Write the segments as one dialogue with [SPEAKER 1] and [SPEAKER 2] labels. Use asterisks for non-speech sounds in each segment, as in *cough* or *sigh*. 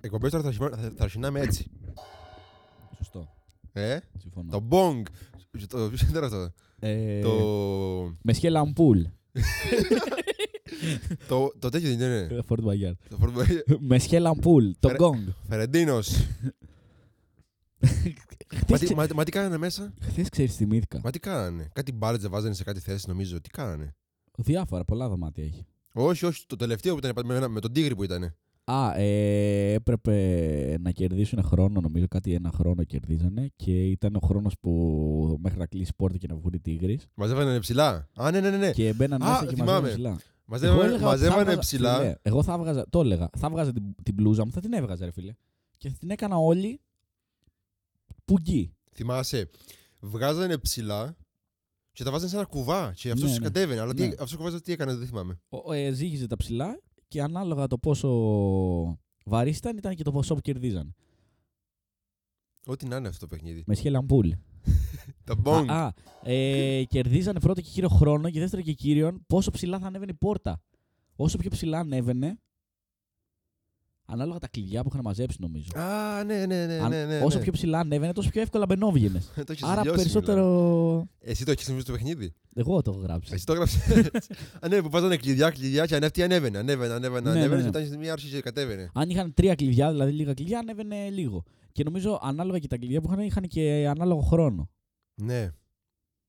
[SPEAKER 1] εκπομπέ τώρα θα αρχινά- θα- θα αρχινάμε έτσι.
[SPEAKER 2] Σωστό.
[SPEAKER 1] Ε,
[SPEAKER 2] Συμφωνώ.
[SPEAKER 1] το bong. Το ποιος ήταν αυτό.
[SPEAKER 2] Ε,
[SPEAKER 1] Το.
[SPEAKER 2] Με σχελαμπούλ.
[SPEAKER 1] Το, το τέτοιο δεν είναι.
[SPEAKER 2] Φόρτ Μπαγκιάρ.
[SPEAKER 1] Το φορμα-
[SPEAKER 2] Με σχελαμπούλ. Το
[SPEAKER 1] Ρε.
[SPEAKER 2] γκόγκ.
[SPEAKER 1] Φερεντίνος. Μα τι-
[SPEAKER 2] Χθες-
[SPEAKER 1] μα- Μα τι κάνανε μέσα.
[SPEAKER 2] Χθες ξέρεις θυμήθηκα.
[SPEAKER 1] Μα τι κάνανε. Κάτι μπάρτζα βάζανε σε κάτι θέση νομίζω. Τι κάνανε.
[SPEAKER 2] Διάφορα, πολλά δωμάτια έχει.
[SPEAKER 1] Όχι, όχι. Το τελευταίο που ήταν με- με τον τίγρη που ήταν.
[SPEAKER 2] Α, ε, έπρεπε να κερδίσουν χρόνο, νομίζω κάτι ένα χρόνο κερδίζανε και ήταν ο χρόνος που μέχρι να κλείσει η πόρτα και να βγουν οι τίγρεις
[SPEAKER 1] Μαζεύανε ψηλά. Α, ναι, ναι, ναι. ναι.
[SPEAKER 2] και μπαίναν
[SPEAKER 1] Α,
[SPEAKER 2] μέσα και
[SPEAKER 1] θυμάμαι.
[SPEAKER 2] μαζεύανε ψηλά. Εγώ
[SPEAKER 1] Μαζεύανε,
[SPEAKER 2] έλεγα ότι θα
[SPEAKER 1] μαζεύανε
[SPEAKER 2] έβγαζα-
[SPEAKER 1] ψηλά.
[SPEAKER 2] Φίλε, εγώ θα έβγαζα, το έλεγα, θα έβγαζα την, την μπλούζα μου, θα την έβγαζα ρε φίλε. Και θα την έκανα όλη πουγγί.
[SPEAKER 1] Θυμάσαι. Βγάζανε ψηλά και τα βάζανε σε ένα κουβά. Και αυτός
[SPEAKER 2] Ναι, ναι.
[SPEAKER 1] κατέβαινε. Αλλά
[SPEAKER 2] Ναι.
[SPEAKER 1] τι, αυτός ο κουβάς τι έκανε, δεν θυμάμαι.
[SPEAKER 2] Ο- Ε, ζύγιζε τα ψηλά και ανάλογα το πόσο βαρύς ήταν, ήταν και το ποσό που κερδίζαν.
[SPEAKER 1] Ό,τι να είναι αυτό το παιχνίδι.
[SPEAKER 2] Με σχελαμπούλ.
[SPEAKER 1] Τα μπονγκ.
[SPEAKER 2] Α, α, ε, κερδίζανε πρώτο και κύριο χρόνο και δεύτερο και κύριον πόσο ψηλά θα ανέβαινε η πόρτα. Όσο πιο ψηλά ανέβαινε, ανάλογα τα κλειδιά που είχαν μαζέψει νομίζω.
[SPEAKER 1] Α, ναι, ναι, ναι.
[SPEAKER 2] Αν-
[SPEAKER 1] ναι, ναι,
[SPEAKER 2] όσο
[SPEAKER 1] ναι.
[SPEAKER 2] πιο ψηλά ανέβαινε, τόσο πιο εύκολα μπαινόβγαινες.
[SPEAKER 1] *laughs* Το έχεις
[SPEAKER 2] Άρα
[SPEAKER 1] λιώσει,
[SPEAKER 2] περισσότερο.
[SPEAKER 1] μιλάμε. Εσύ το έχεις θυμίσει το παιχνίδι.
[SPEAKER 2] Εγώ το έχω γράψει.
[SPEAKER 1] Εσύ το
[SPEAKER 2] *laughs*
[SPEAKER 1] έγραψες. Α, ναι, που βάζανε κλειδιά, κλειδιά και ανέβ- τι ανέβαινε. Ανέβαινε, ανέβαινε,
[SPEAKER 2] Ναι, ναι,
[SPEAKER 1] ανέβαινε.
[SPEAKER 2] ναι.
[SPEAKER 1] Και όταν είχε μία άρση και κατέβαινε.
[SPEAKER 2] Αν είχαν τρία κλειδιά, δηλαδή λίγα κλειδιά, ανέβαινε λίγο. Και νομίζω ανάλογα και τα κλειδιά που είχαν, είχαν και ανάλογο χρόνο.
[SPEAKER 1] Ναι.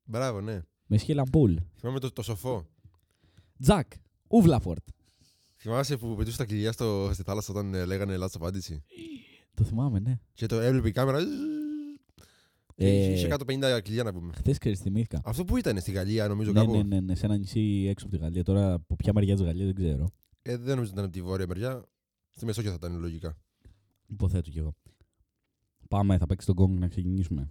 [SPEAKER 1] Μπράβο, ναι.
[SPEAKER 2] Με σχελαμπούλ.
[SPEAKER 1] Θυμάμαι το, το σοφό.
[SPEAKER 2] Τζακ. Ούβλαφορτ.
[SPEAKER 1] Θυμάσαι που πετούσε τα κλειδιά στο, στη θάλασσα όταν ε, λέγανε λάθος απάντηση.
[SPEAKER 2] Το θυμάμαι, ναι.
[SPEAKER 1] Και το έβλεπε η κάμερα. και
[SPEAKER 2] Ε.
[SPEAKER 1] Είχε κάτω 50 κλειδιά να πούμε.
[SPEAKER 2] Χθες ξεριστημήθηκα.
[SPEAKER 1] Αυτό που ήταν στη Γαλλία, νομίζω
[SPEAKER 2] Ναι,
[SPEAKER 1] κάπου.
[SPEAKER 2] ναι, ναι, ναι, σε ένα νησί έξω από τη Γαλλία. Τώρα από ποια μεριά της Γαλλίας δεν ξέρω.
[SPEAKER 1] Ε, δεν νομίζω ότι ήταν από τη βόρεια μεριά. Στη Μεσόγειο θα ήταν λογικά.
[SPEAKER 2] Υποθέτω κι εγώ. Πάμε, θα παίξει τον κόγκ να ξεκινήσουμε.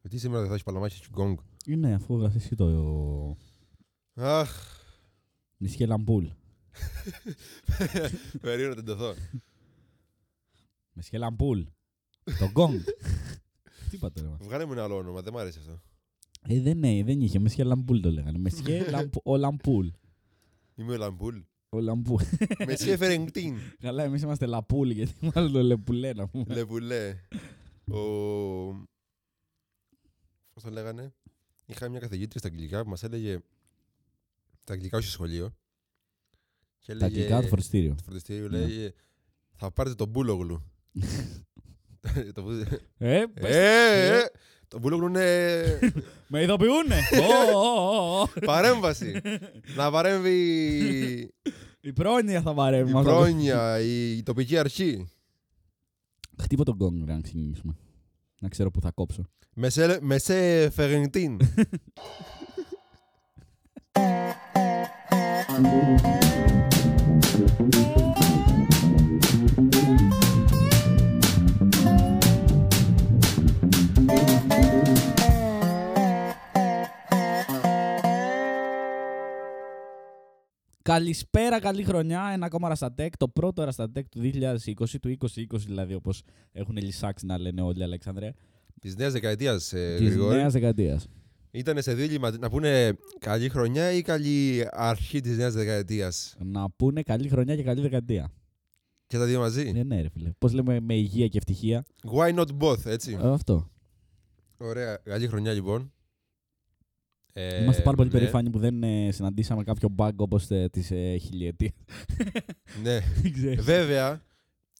[SPEAKER 1] Γιατί σήμερα δεν θα έχεις παλαμάχια και γκόγκ.
[SPEAKER 2] Ε, ναι, αφού έγραφε εσύ το.
[SPEAKER 1] Αχ, *laughs*
[SPEAKER 2] Νησιέ Λαμπούλ.
[SPEAKER 1] περίεργο να τεντωθώ.
[SPEAKER 2] Νησιέ Λαμπούλ. Το
[SPEAKER 1] *laughs*
[SPEAKER 2] κόγκ. Τι είπατε, ρε. μας.
[SPEAKER 1] Βγάλε μου ένα άλλο όνομα, δεν μ' άρεσε αυτό.
[SPEAKER 2] Ε, δεν, ναι, δεν είχε. Μεσιέ Λαμπούλ το λέγανε. Μεσιέ Λαμπ... ο Λαμπούλ.
[SPEAKER 1] Είμαι ο
[SPEAKER 2] *laughs*
[SPEAKER 1] Λαμπούλ.
[SPEAKER 2] Ο Λαμπούλ.
[SPEAKER 1] Με Φερενκτίν.
[SPEAKER 2] Καλά, εμείς είμαστε Λαπούλ, γιατί *laughs* μάλλον το Λεπουλέ να πούμε.
[SPEAKER 1] Λεβουλέ. Ο. Πώς το λέγανε. Είχα μια καθηγήτρια στα αγγλικά που μας έλεγε. Τα αγγλικά όχι στο σχολείο. Και
[SPEAKER 2] Τα αγγλικά του φορτιστήριου.
[SPEAKER 1] του φροντιστήριου
[SPEAKER 2] Ναι.
[SPEAKER 1] λέγε. Θα πάρετε τον
[SPEAKER 2] *laughs*
[SPEAKER 1] Μπούλογλου. Το που-
[SPEAKER 2] Ε, πες-
[SPEAKER 1] Ε,
[SPEAKER 2] ε.
[SPEAKER 1] ε, Το Μπούλογλου είναι *laughs*
[SPEAKER 2] με ειδοποιούνε. Ω, ω, ω, ω.
[SPEAKER 1] παρέμβαση. Να παρέμβει
[SPEAKER 2] Η πρόνοια θα
[SPEAKER 1] η
[SPEAKER 2] βαρεύει. μας δηλαδή. θα το-
[SPEAKER 1] πρόνοια, η η τοπική αρχή.
[SPEAKER 2] Χτύπω τον γκόγκ να ξεκινήσουμε. Να ξέρω που θα κόψω.
[SPEAKER 1] Μεσέ- Μεσέ Φερενκτίν.
[SPEAKER 2] Καλησπέρα, καλή χρονιά. Ένα ακόμα Ραστατέκ. Το πρώτο Ραστατέκ του 2020, του 2020 δηλαδή, όπως έχουν λησάξει να λένε όλοι, Αλέξανδρε.
[SPEAKER 1] Ε, Της νέας δεκαετίας,
[SPEAKER 2] Τη νέας δεκαετίας.
[SPEAKER 1] Ήταν ε, σε δίλημα να πούνε καλή χρονιά ή καλή αρχή της νέας δεκαετίας.
[SPEAKER 2] Να πούνε καλή χρονιά και καλή δεκαετία.
[SPEAKER 1] Και τα δύο μαζί.
[SPEAKER 2] Ναι, ναι, ρε φίλε. Πώς λέμε με υγεία και ευτυχία.
[SPEAKER 1] Why not both, έτσι.
[SPEAKER 2] Ε, Αυτό.
[SPEAKER 1] Ωραία. Καλή χρονιά, λοιπόν. Ε,
[SPEAKER 2] Είμαστε πάρα πολύ
[SPEAKER 1] ναι.
[SPEAKER 2] περήφανοι που δεν ε, συναντήσαμε κάποιο μπαγκ όπω της ε, χιλιετίας. *laughs*
[SPEAKER 1] Ναι.
[SPEAKER 2] Δεν ξέρω.
[SPEAKER 1] Βέβαια,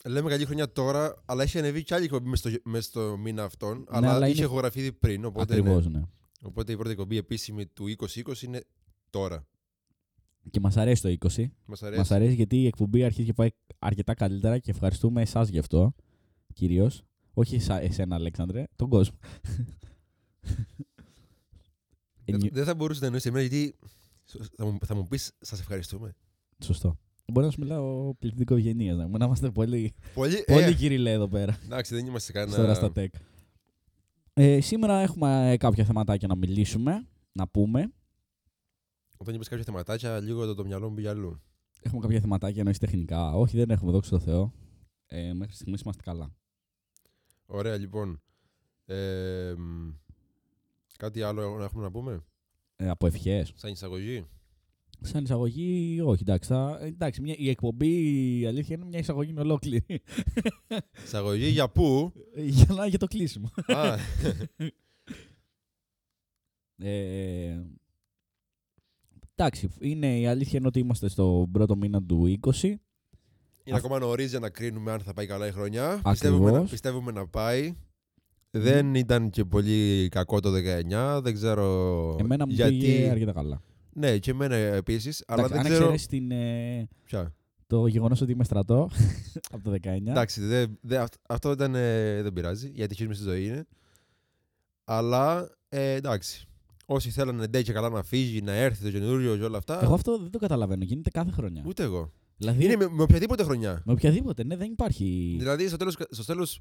[SPEAKER 1] λέμε καλή χρονιά τώρα, αλλά έχει ανεβεί κι άλλη εκπομπή μες στο, μες στο μήνα αυτόν. αλλά,
[SPEAKER 2] Ναι, αλλά
[SPEAKER 1] είχε
[SPEAKER 2] είναι-
[SPEAKER 1] ηχογραφηθεί πριν. Οπότε,
[SPEAKER 2] Ακριβώς,
[SPEAKER 1] ναι.
[SPEAKER 2] ναι.
[SPEAKER 1] οπότε η πρώτη εκπομπή επίσημη του 2020 είναι τώρα.
[SPEAKER 2] Και μας αρέσει το 20.
[SPEAKER 1] Μας αρέσει.
[SPEAKER 2] Μας αρέσει γιατί η εκπομπή αρχίζει και πάει αρκετά καλύτερα και ευχαριστούμε εσάς γι' αυτό. Κυρίως. Όχι εσά- εσένα, Αλέξανδρε, τον κόσμο. Ε,
[SPEAKER 1] Δεν,
[SPEAKER 2] νιου-
[SPEAKER 1] δεν θα μπορούσες να εννοήσει εμένα, γιατί θα μου, θα μου πεις, σας ευχαριστούμε.
[SPEAKER 2] Σωστό. Μπορεί να σου μιλάω πληθυντικό ευγενία, να, να είμαστε πολύ,
[SPEAKER 1] Πολύ.
[SPEAKER 2] πολύ
[SPEAKER 1] ε, ναι.
[SPEAKER 2] κυριλέ εδώ πέρα,
[SPEAKER 1] εντάξει, δεν είμαστε
[SPEAKER 2] στο
[SPEAKER 1] κανένα.
[SPEAKER 2] Ραστατέκ. Ε, σήμερα έχουμε ε, κάποια θεματάκια να μιλήσουμε, να πούμε.
[SPEAKER 1] Όταν είπες κάποια θεματάκια, λίγο το, το μυαλό μου πήγε αλλού.
[SPEAKER 2] Έχουμε κάποια θεματάκια εννοείς τεχνικά. Όχι, δεν έχουμε, δόξα τω Θεώ. Ε, μέχρι στιγμής είμαστε καλά.
[SPEAKER 1] Ωραία, λοιπόν. Ε, μ, κάτι άλλο να έχουμε να πούμε,
[SPEAKER 2] Ε, από ευχές.
[SPEAKER 1] σαν εισαγωγή.
[SPEAKER 2] Σαν εισαγωγή, όχι, εντάξει. Θα, εντάξει μια, η εκπομπή, η αλήθεια είναι μια εισαγωγή είναι ολόκληρη. *laughs*
[SPEAKER 1] Εισαγωγή για πού.
[SPEAKER 2] για, να, για το κλείσιμο.
[SPEAKER 1] Α,
[SPEAKER 2] Ε, εντάξει, είναι, η αλήθεια είναι ότι είμαστε στο πρώτο μήνα του 20.
[SPEAKER 1] είναι
[SPEAKER 2] Αυ-
[SPEAKER 1] ακόμα νωρίς για να κρίνουμε αν θα πάει καλά η χρονιά. Πιστεύουμε να,
[SPEAKER 2] Ακριβώς.
[SPEAKER 1] πιστεύουμε να πάει. Δεν ήταν και πολύ κακό το 19. Δεν ξέρω.
[SPEAKER 2] Εμένα μου
[SPEAKER 1] γιατί...
[SPEAKER 2] πήγε αρκετά καλά.
[SPEAKER 1] Ναι, και εμένα επίσης. Αλλά
[SPEAKER 2] Εντάξει,
[SPEAKER 1] δεν
[SPEAKER 2] αν
[SPEAKER 1] ξέρω.
[SPEAKER 2] εξαιρέσεις την, ε,
[SPEAKER 1] Ποια.
[SPEAKER 2] το γεγονός ότι είμαι στρατό *laughs* από το 19.
[SPEAKER 1] Εντάξει, δεν- δεν- αυτ- αυτό ήταν, ε, δεν πειράζει. Η ατυχή στη ζωή είναι. Αλλά ε, εντάξει. Όσοι θέλανε ντε και καλά να φύγει, να έρθει το καινούριο και όλα αυτά.
[SPEAKER 2] Εγώ αυτό δεν το καταλαβαίνω. Γίνεται κάθε χρονιά.
[SPEAKER 1] Ούτε εγώ.
[SPEAKER 2] Δηλαδή,
[SPEAKER 1] Είναι με, με οποιαδήποτε χρονιά.
[SPEAKER 2] με οποιαδήποτε, ναι, δεν υπάρχει.
[SPEAKER 1] Δηλαδή, στο τέλος, στο τέλος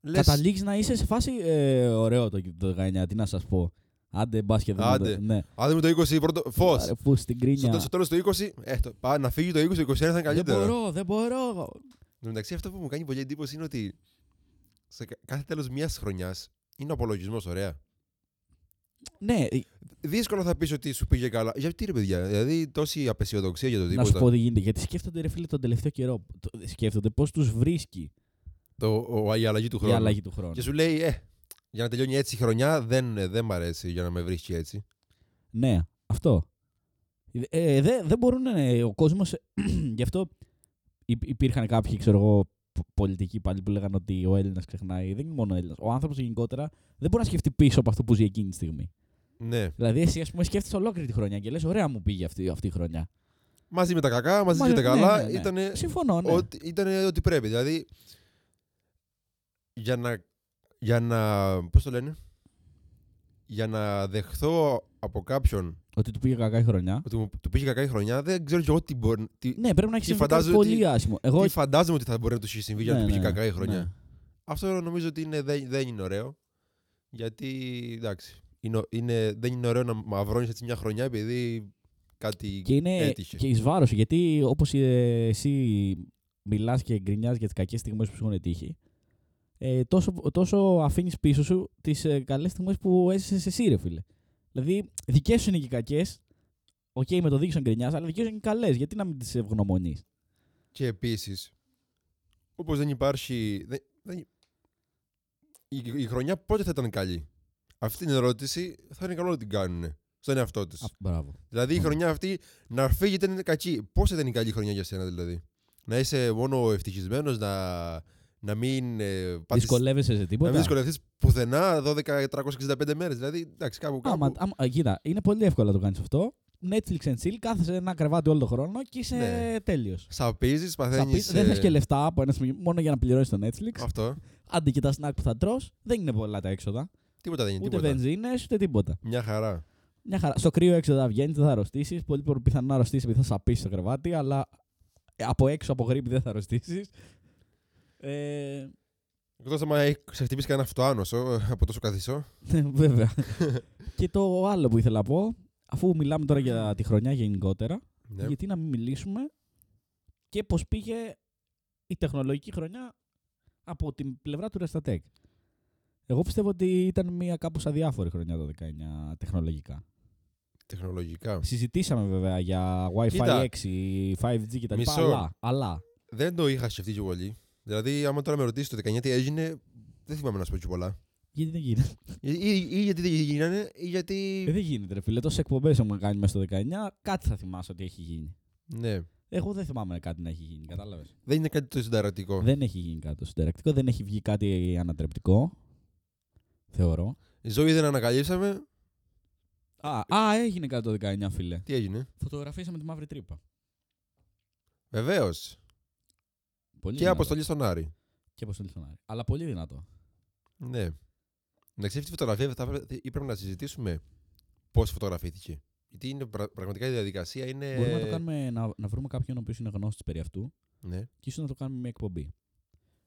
[SPEAKER 1] λες,
[SPEAKER 2] Καταλήγεις να είσαι σε φάση ε, ωραίο το, το 19, τι να σας πω. Άντε, μπάσκετ. δεν
[SPEAKER 1] Άντε.
[SPEAKER 2] το- Ναι.
[SPEAKER 1] αν δούμε το 20 πρώτο, φως.
[SPEAKER 2] Άρα, Πού στην
[SPEAKER 1] Στο,
[SPEAKER 2] κρίνια.
[SPEAKER 1] τέ- στο τέλος του 20, ε, το, πά, να φύγει το 20, το 21 θα είναι
[SPEAKER 2] Δεν
[SPEAKER 1] καλύτερο.
[SPEAKER 2] μπορώ, δεν μπορώ.
[SPEAKER 1] Εν τω μεταξύ, αυτό που μου κάνει πολύ εντύπωση είναι ότι σε κα- κάθε τέλος μιας χρονιάς είναι ο απολογισμός, ωραία.
[SPEAKER 2] Ναι,
[SPEAKER 1] Δύσκολο θα πεις ότι σου πήγε καλά. Γιατί ρε παιδιά, δηλαδή τόση απεσιοδοξία για το
[SPEAKER 2] να
[SPEAKER 1] τίποτα.
[SPEAKER 2] σου πω τι γίνεται. Γιατί σκέφτονται, ρε φίλε, τον τελευταίο καιρό. το- Σκέφτονται πώς τους βρίσκει
[SPEAKER 1] Το, ο, η αλλαγή του
[SPEAKER 2] η
[SPEAKER 1] χρόνου.
[SPEAKER 2] αλλαγή του χρόνου.
[SPEAKER 1] Και σου λέει, ε, για να τελειώνει έτσι η χρονιά δεν, ε, δεν μ' αρέσει για να με βρίσκει έτσι.
[SPEAKER 2] Ναι, αυτό. Ε, δεν δεν μπορούν ε, *clears throat* ο κόσμος. γι' αυτό υ- υπήρχαν κάποιοι, ξέρω εγώ, π- πολιτικοί πάλι που λέγανε ότι ο Έλληνας ξεχνάει. Δεν είναι μόνο ο Έλληνας. Ο άνθρωπος γενικότερα δεν μπορεί να σκεφτεί πίσω από αυτό που ζει εκείνη τη στιγμή.
[SPEAKER 1] Ναι.
[SPEAKER 2] Δηλαδή, εσύ, ας πούμε, σκέφτεσαι ολόκληρη τη χρονιά και λες: Ωραία, μου πήγε αυτή, αυτή η χρονιά.
[SPEAKER 1] Μαζί με τα κακά, μαζί,
[SPEAKER 2] Μαζί-
[SPEAKER 1] με τα
[SPEAKER 2] ναι,
[SPEAKER 1] καλά,
[SPEAKER 2] ναι, ναι.
[SPEAKER 1] ήτανε
[SPEAKER 2] Συμφωνώ, ναι.
[SPEAKER 1] ότι, ήταν ό,τι πρέπει. Δηλαδή, για να, για να, πώς το λένε, για να δεχθώ από κάποιον
[SPEAKER 2] Ότι του πήγε κακά η χρονιά.
[SPEAKER 1] ότι μου, του πήγε κακά η χρονιά, δεν ξέρω κι εγώ τι, μπορεί, τι,
[SPEAKER 2] Ναι, πρέπει να έχει
[SPEAKER 1] Τι
[SPEAKER 2] συμβεί κάτι
[SPEAKER 1] φαντάζομαι
[SPEAKER 2] πολύ
[SPEAKER 1] ότι-
[SPEAKER 2] άσχημο. Εγώ.
[SPEAKER 1] τι φαντάζομαι ότι θα μπορεί να του έχει συμβεί για να
[SPEAKER 2] Ναι,
[SPEAKER 1] του πήγε
[SPEAKER 2] ναι,
[SPEAKER 1] κακά η χρονιά.
[SPEAKER 2] ναι.
[SPEAKER 1] Αυτό νομίζω ότι είναι, δεν, δεν είναι ωραίο. Γιατί, εντάξει, είναι, ο- είναι, δεν είναι ωραίο να μαυρώνεις έτσι μια χρονιά επειδή κάτι
[SPEAKER 2] Και είναι
[SPEAKER 1] Ε, έτυχε.
[SPEAKER 2] και εις βάρος σου, γιατί όπως ε, εσύ μιλάς και γκρινιάς για τις κακές στιγμές που σου έχουν τύχει, ε, τόσο, τόσο αφήνεις πίσω σου τις ε, καλές στιγμές που έζησες εσύ ρε φίλε. Δηλαδή δικές σου είναι και οι κακές, οκ με το δίκιο γκρινιάς, αλλά δικές σου είναι και οι καλές, γιατί να μην τις ευγνωμονείς.
[SPEAKER 1] Και επίσης, όπως δεν υπάρχει. Δεν, δεν, η, η χρονιά πότε θα ήταν καλή. Αυτή την ερώτηση θα είναι καλό να την κάνουν στον εαυτό του.
[SPEAKER 2] Α, μπράβο.
[SPEAKER 1] Δηλαδή η
[SPEAKER 2] μ.
[SPEAKER 1] χρονιά αυτή να φύγει ήταν κακή. Πώ θα ήταν η καλή χρονιά για σένα, δηλαδή. Να είσαι μόνο ευτυχισμένος, να, να μην. Ε, πάθεις-
[SPEAKER 2] Δυσκολεύεσαι σε
[SPEAKER 1] να
[SPEAKER 2] τίποτα.
[SPEAKER 1] μην δυσκολευτείς πουθενά 12-365 μέρες. Δηλαδή, εντάξει, κάπου κάπου.
[SPEAKER 2] Άμα, άμα, α, κοίτα, είναι πολύ εύκολο να το κάνεις αυτό. Netflix and chill, κάθεσαι ένα κρεβάτι όλο τον χρόνο και είσαι
[SPEAKER 1] Ναι.
[SPEAKER 2] τέλειος.
[SPEAKER 1] Σαπίζεις,
[SPEAKER 2] Θα
[SPEAKER 1] παθαίνει.
[SPEAKER 2] πεις, δεν θες και λεφτά από ένα σημείο, μόνο για να πληρώσεις το Netflix.
[SPEAKER 1] ε, Αυτό.
[SPEAKER 2] Άντε και τα σνακ που θα τρως, δεν είναι πολλά τα έξοδα.
[SPEAKER 1] Τίποτα δεν είναι.
[SPEAKER 2] Ούτε
[SPEAKER 1] Τίποτα.
[SPEAKER 2] βενζίνες, ούτε τίποτα.
[SPEAKER 1] Μια χαρά.
[SPEAKER 2] Μια χαρά. Στο κρύο έξω θα βγαίνεις, δεν θα αρρωστήσεις. Πολύ πιο πιθανό να αρρωστήσεις επειδή θα σαπίσεις το κρεβάτι, αλλά ε, από έξω από γρήπη δεν θα αρρωστήσεις. Ε,
[SPEAKER 1] Εκτός άμα έχει- σε χτυπήσει κανένα αυτοάνωσο από τόσο καθισό.
[SPEAKER 2] ναι, βέβαια.
[SPEAKER 1] *laughs*
[SPEAKER 2] και το άλλο που ήθελα να πω, αφού μιλάμε τώρα για τη χρονιά γενικότερα,
[SPEAKER 1] Ναι.
[SPEAKER 2] γιατί να μην μιλήσουμε και πώς πήγε η τεχνολογική χρονιά από την πλευρά του Restatec. Εγώ πιστεύω ότι ήταν μια κάπως αδιάφορη χρονιά το 19 τεχνολογικά.
[SPEAKER 1] Τεχνολογικά.
[SPEAKER 2] Συζητήσαμε βέβαια για Wi-Fi
[SPEAKER 1] Κοίτα.
[SPEAKER 2] 6, 5G κτλ.
[SPEAKER 1] Μισό.
[SPEAKER 2] Αλλά, αλλά
[SPEAKER 1] Δεν το είχα σκεφτεί και πολύ. Δηλαδή, άμα τώρα με ρωτήσει το 19 τι έγινε, δεν θυμάμαι να σου πω και πολλά.
[SPEAKER 2] γιατί δεν γίνεται.
[SPEAKER 1] *laughs* Ή, ή- ή γιατί δεν γίνανε, ή γιατί.
[SPEAKER 2] Ε, δεν γίνεται, ρε φίλε. Τόσες εκπομπές έχουμε κάνει μέσα στο 19, κάτι θα θυμάσαι ότι έχει γίνει.
[SPEAKER 1] Ναι.
[SPEAKER 2] Εγώ δεν θυμάμαι κάτι να έχει γίνει, κατάλαβες.
[SPEAKER 1] Δεν είναι κάτι το συνταρακτικό.
[SPEAKER 2] Δεν έχει γίνει κάτι το συντερακτικό, δεν έχει βγει κάτι ανατρεπτικό. Θεωρώ.
[SPEAKER 1] Η ζωή δεν ανακαλύψαμε.
[SPEAKER 2] Α, α, έγινε κάτι το 19, φίλε.
[SPEAKER 1] Τι έγινε.
[SPEAKER 2] Φωτογραφίσαμε τη μαύρη τρύπα.
[SPEAKER 1] Βεβαίως.
[SPEAKER 2] Πολύ
[SPEAKER 1] Και
[SPEAKER 2] δυνατό.
[SPEAKER 1] αποστολή στον Άρη.
[SPEAKER 2] Και αποστολή στον Άρη. Αλλά πολύ δυνατό.
[SPEAKER 1] Ναι. Να ξέρει τη φωτογραφία, θα έπρεπε- έπρεπε να συζητήσουμε πώς φωτογραφήθηκε. Γιατί είναι πρα- πραγματικά η διαδικασία είναι.
[SPEAKER 2] Μπορούμε να το κάνουμε, να, να βρούμε κάποιον ο οποίος είναι γνώστης περί αυτού
[SPEAKER 1] Ναι.
[SPEAKER 2] και ίσως να το κάνουμε μια εκπομπή.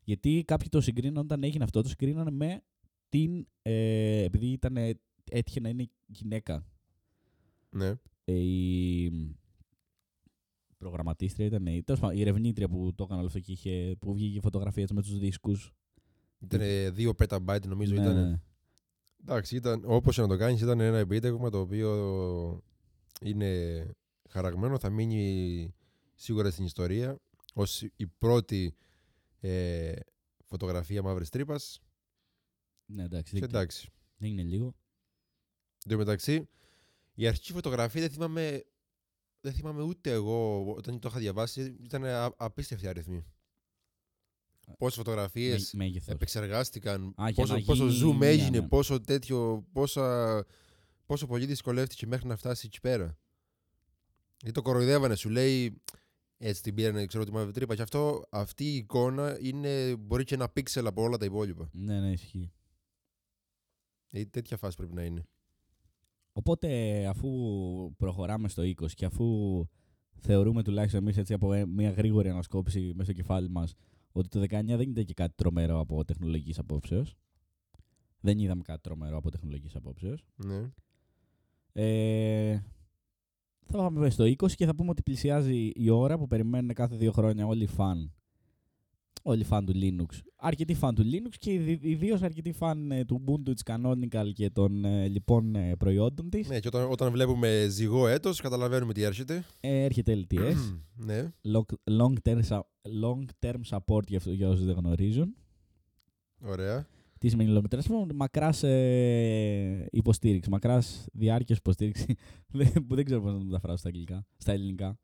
[SPEAKER 2] Γιατί κάποιοι το συγκρίναν όταν έγινε αυτό, το συγκρίνανε με την. Ε, επειδή ήταν, ε, έτυχε να είναι γυναίκα.
[SPEAKER 1] ναι.
[SPEAKER 2] Ε, η προγραμματίστρια ήταν. Η, τέλος πάντων, η ερευνήτρια που το έκανε όλο αυτό και είχε, που βγήκε φωτογραφία με τους δίσκους.
[SPEAKER 1] Ήταν 2 petabyte νομίζω
[SPEAKER 2] Ναι,
[SPEAKER 1] ήταν. Εντάξει, ήταν, όπως και να το κάνεις ήταν ένα επίτευγμα το οποίο είναι χαραγμένο, θα μείνει σίγουρα στην ιστορία ως η πρώτη ε, φωτογραφία μαύρης τρύπας.
[SPEAKER 2] Ναι, εντάξει.
[SPEAKER 1] Και
[SPEAKER 2] Δεν,
[SPEAKER 1] εντάξει.
[SPEAKER 2] δεν είναι λίγο.
[SPEAKER 1] Εν τω μεταξύ, η αρχική φωτογραφία δεν θυμάμαι, δεν θυμάμαι ούτε εγώ όταν το είχα διαβάσει. Ήταν α- απίστευτη αριθμή. Πόσες φωτογραφίες
[SPEAKER 2] Μέ, μέγεθος.
[SPEAKER 1] επεξεργάστηκαν,
[SPEAKER 2] Α, για
[SPEAKER 1] πόσο,
[SPEAKER 2] να
[SPEAKER 1] πόσο
[SPEAKER 2] γίνει,
[SPEAKER 1] zoom
[SPEAKER 2] ναι,
[SPEAKER 1] έγινε,
[SPEAKER 2] ναι.
[SPEAKER 1] πόσο τέτοιο, πόσα, πόσο πολύ δυσκολεύτηκε μέχρι να φτάσει εκεί πέρα. Γιατί το κοροϊδεύανε, σου λέει έτσι την πήρανε, ξέρω τη μαύρη τρύπα. Και αυτό, αυτή η εικόνα είναι, μπορεί και ένα πίξελ από όλα τα υπόλοιπα.
[SPEAKER 2] Ναι, ναι, ισχύει.
[SPEAKER 1] Δηλαδή, τέτοια φάση πρέπει να είναι.
[SPEAKER 2] Οπότε, αφού προχωράμε στο 20 και αφού θεωρούμε τουλάχιστον εμείς έτσι από ε- μια γρήγορη ανασκόπηση μέσα στο κεφάλι μας ότι το 19 δεν ήταν και κάτι τρομερό από τεχνολογικής απόψεως. Δεν είδαμε κάτι τρομερό από τεχνολογικής απόψεως.
[SPEAKER 1] Ναι.
[SPEAKER 2] Ε, θα πάμε στο 20 και θα πούμε ότι πλησιάζει η ώρα που περιμένουν κάθε δύο χρόνια όλοι οι φαν. Όλοι οι φαν του Linux. Αρκετοί φαν του Linux και ιδίως αρκετοί φαν ε, του Ubuntu, της Canonical και των ε, λοιπών ε, προϊόντων της.
[SPEAKER 1] ναι, και όταν, όταν βλέπουμε ζυγό έτος, καταλαβαίνουμε τι έρχεται.
[SPEAKER 2] Ε, έρχεται LTS.
[SPEAKER 1] *clears throat* ναι.
[SPEAKER 2] long- long term, sa- long term support για, αυτό- για όσους δεν γνωρίζουν.
[SPEAKER 1] Ωραία.
[SPEAKER 2] Τι σημαίνει long term support, μακράς ε, υποστήριξη, μακράς διάρκειας υποστήριξη, *laughs* Δεν- που δεν ξέρω πώς να το μεταφράσω στα, αγγλικά, στα ελληνικά.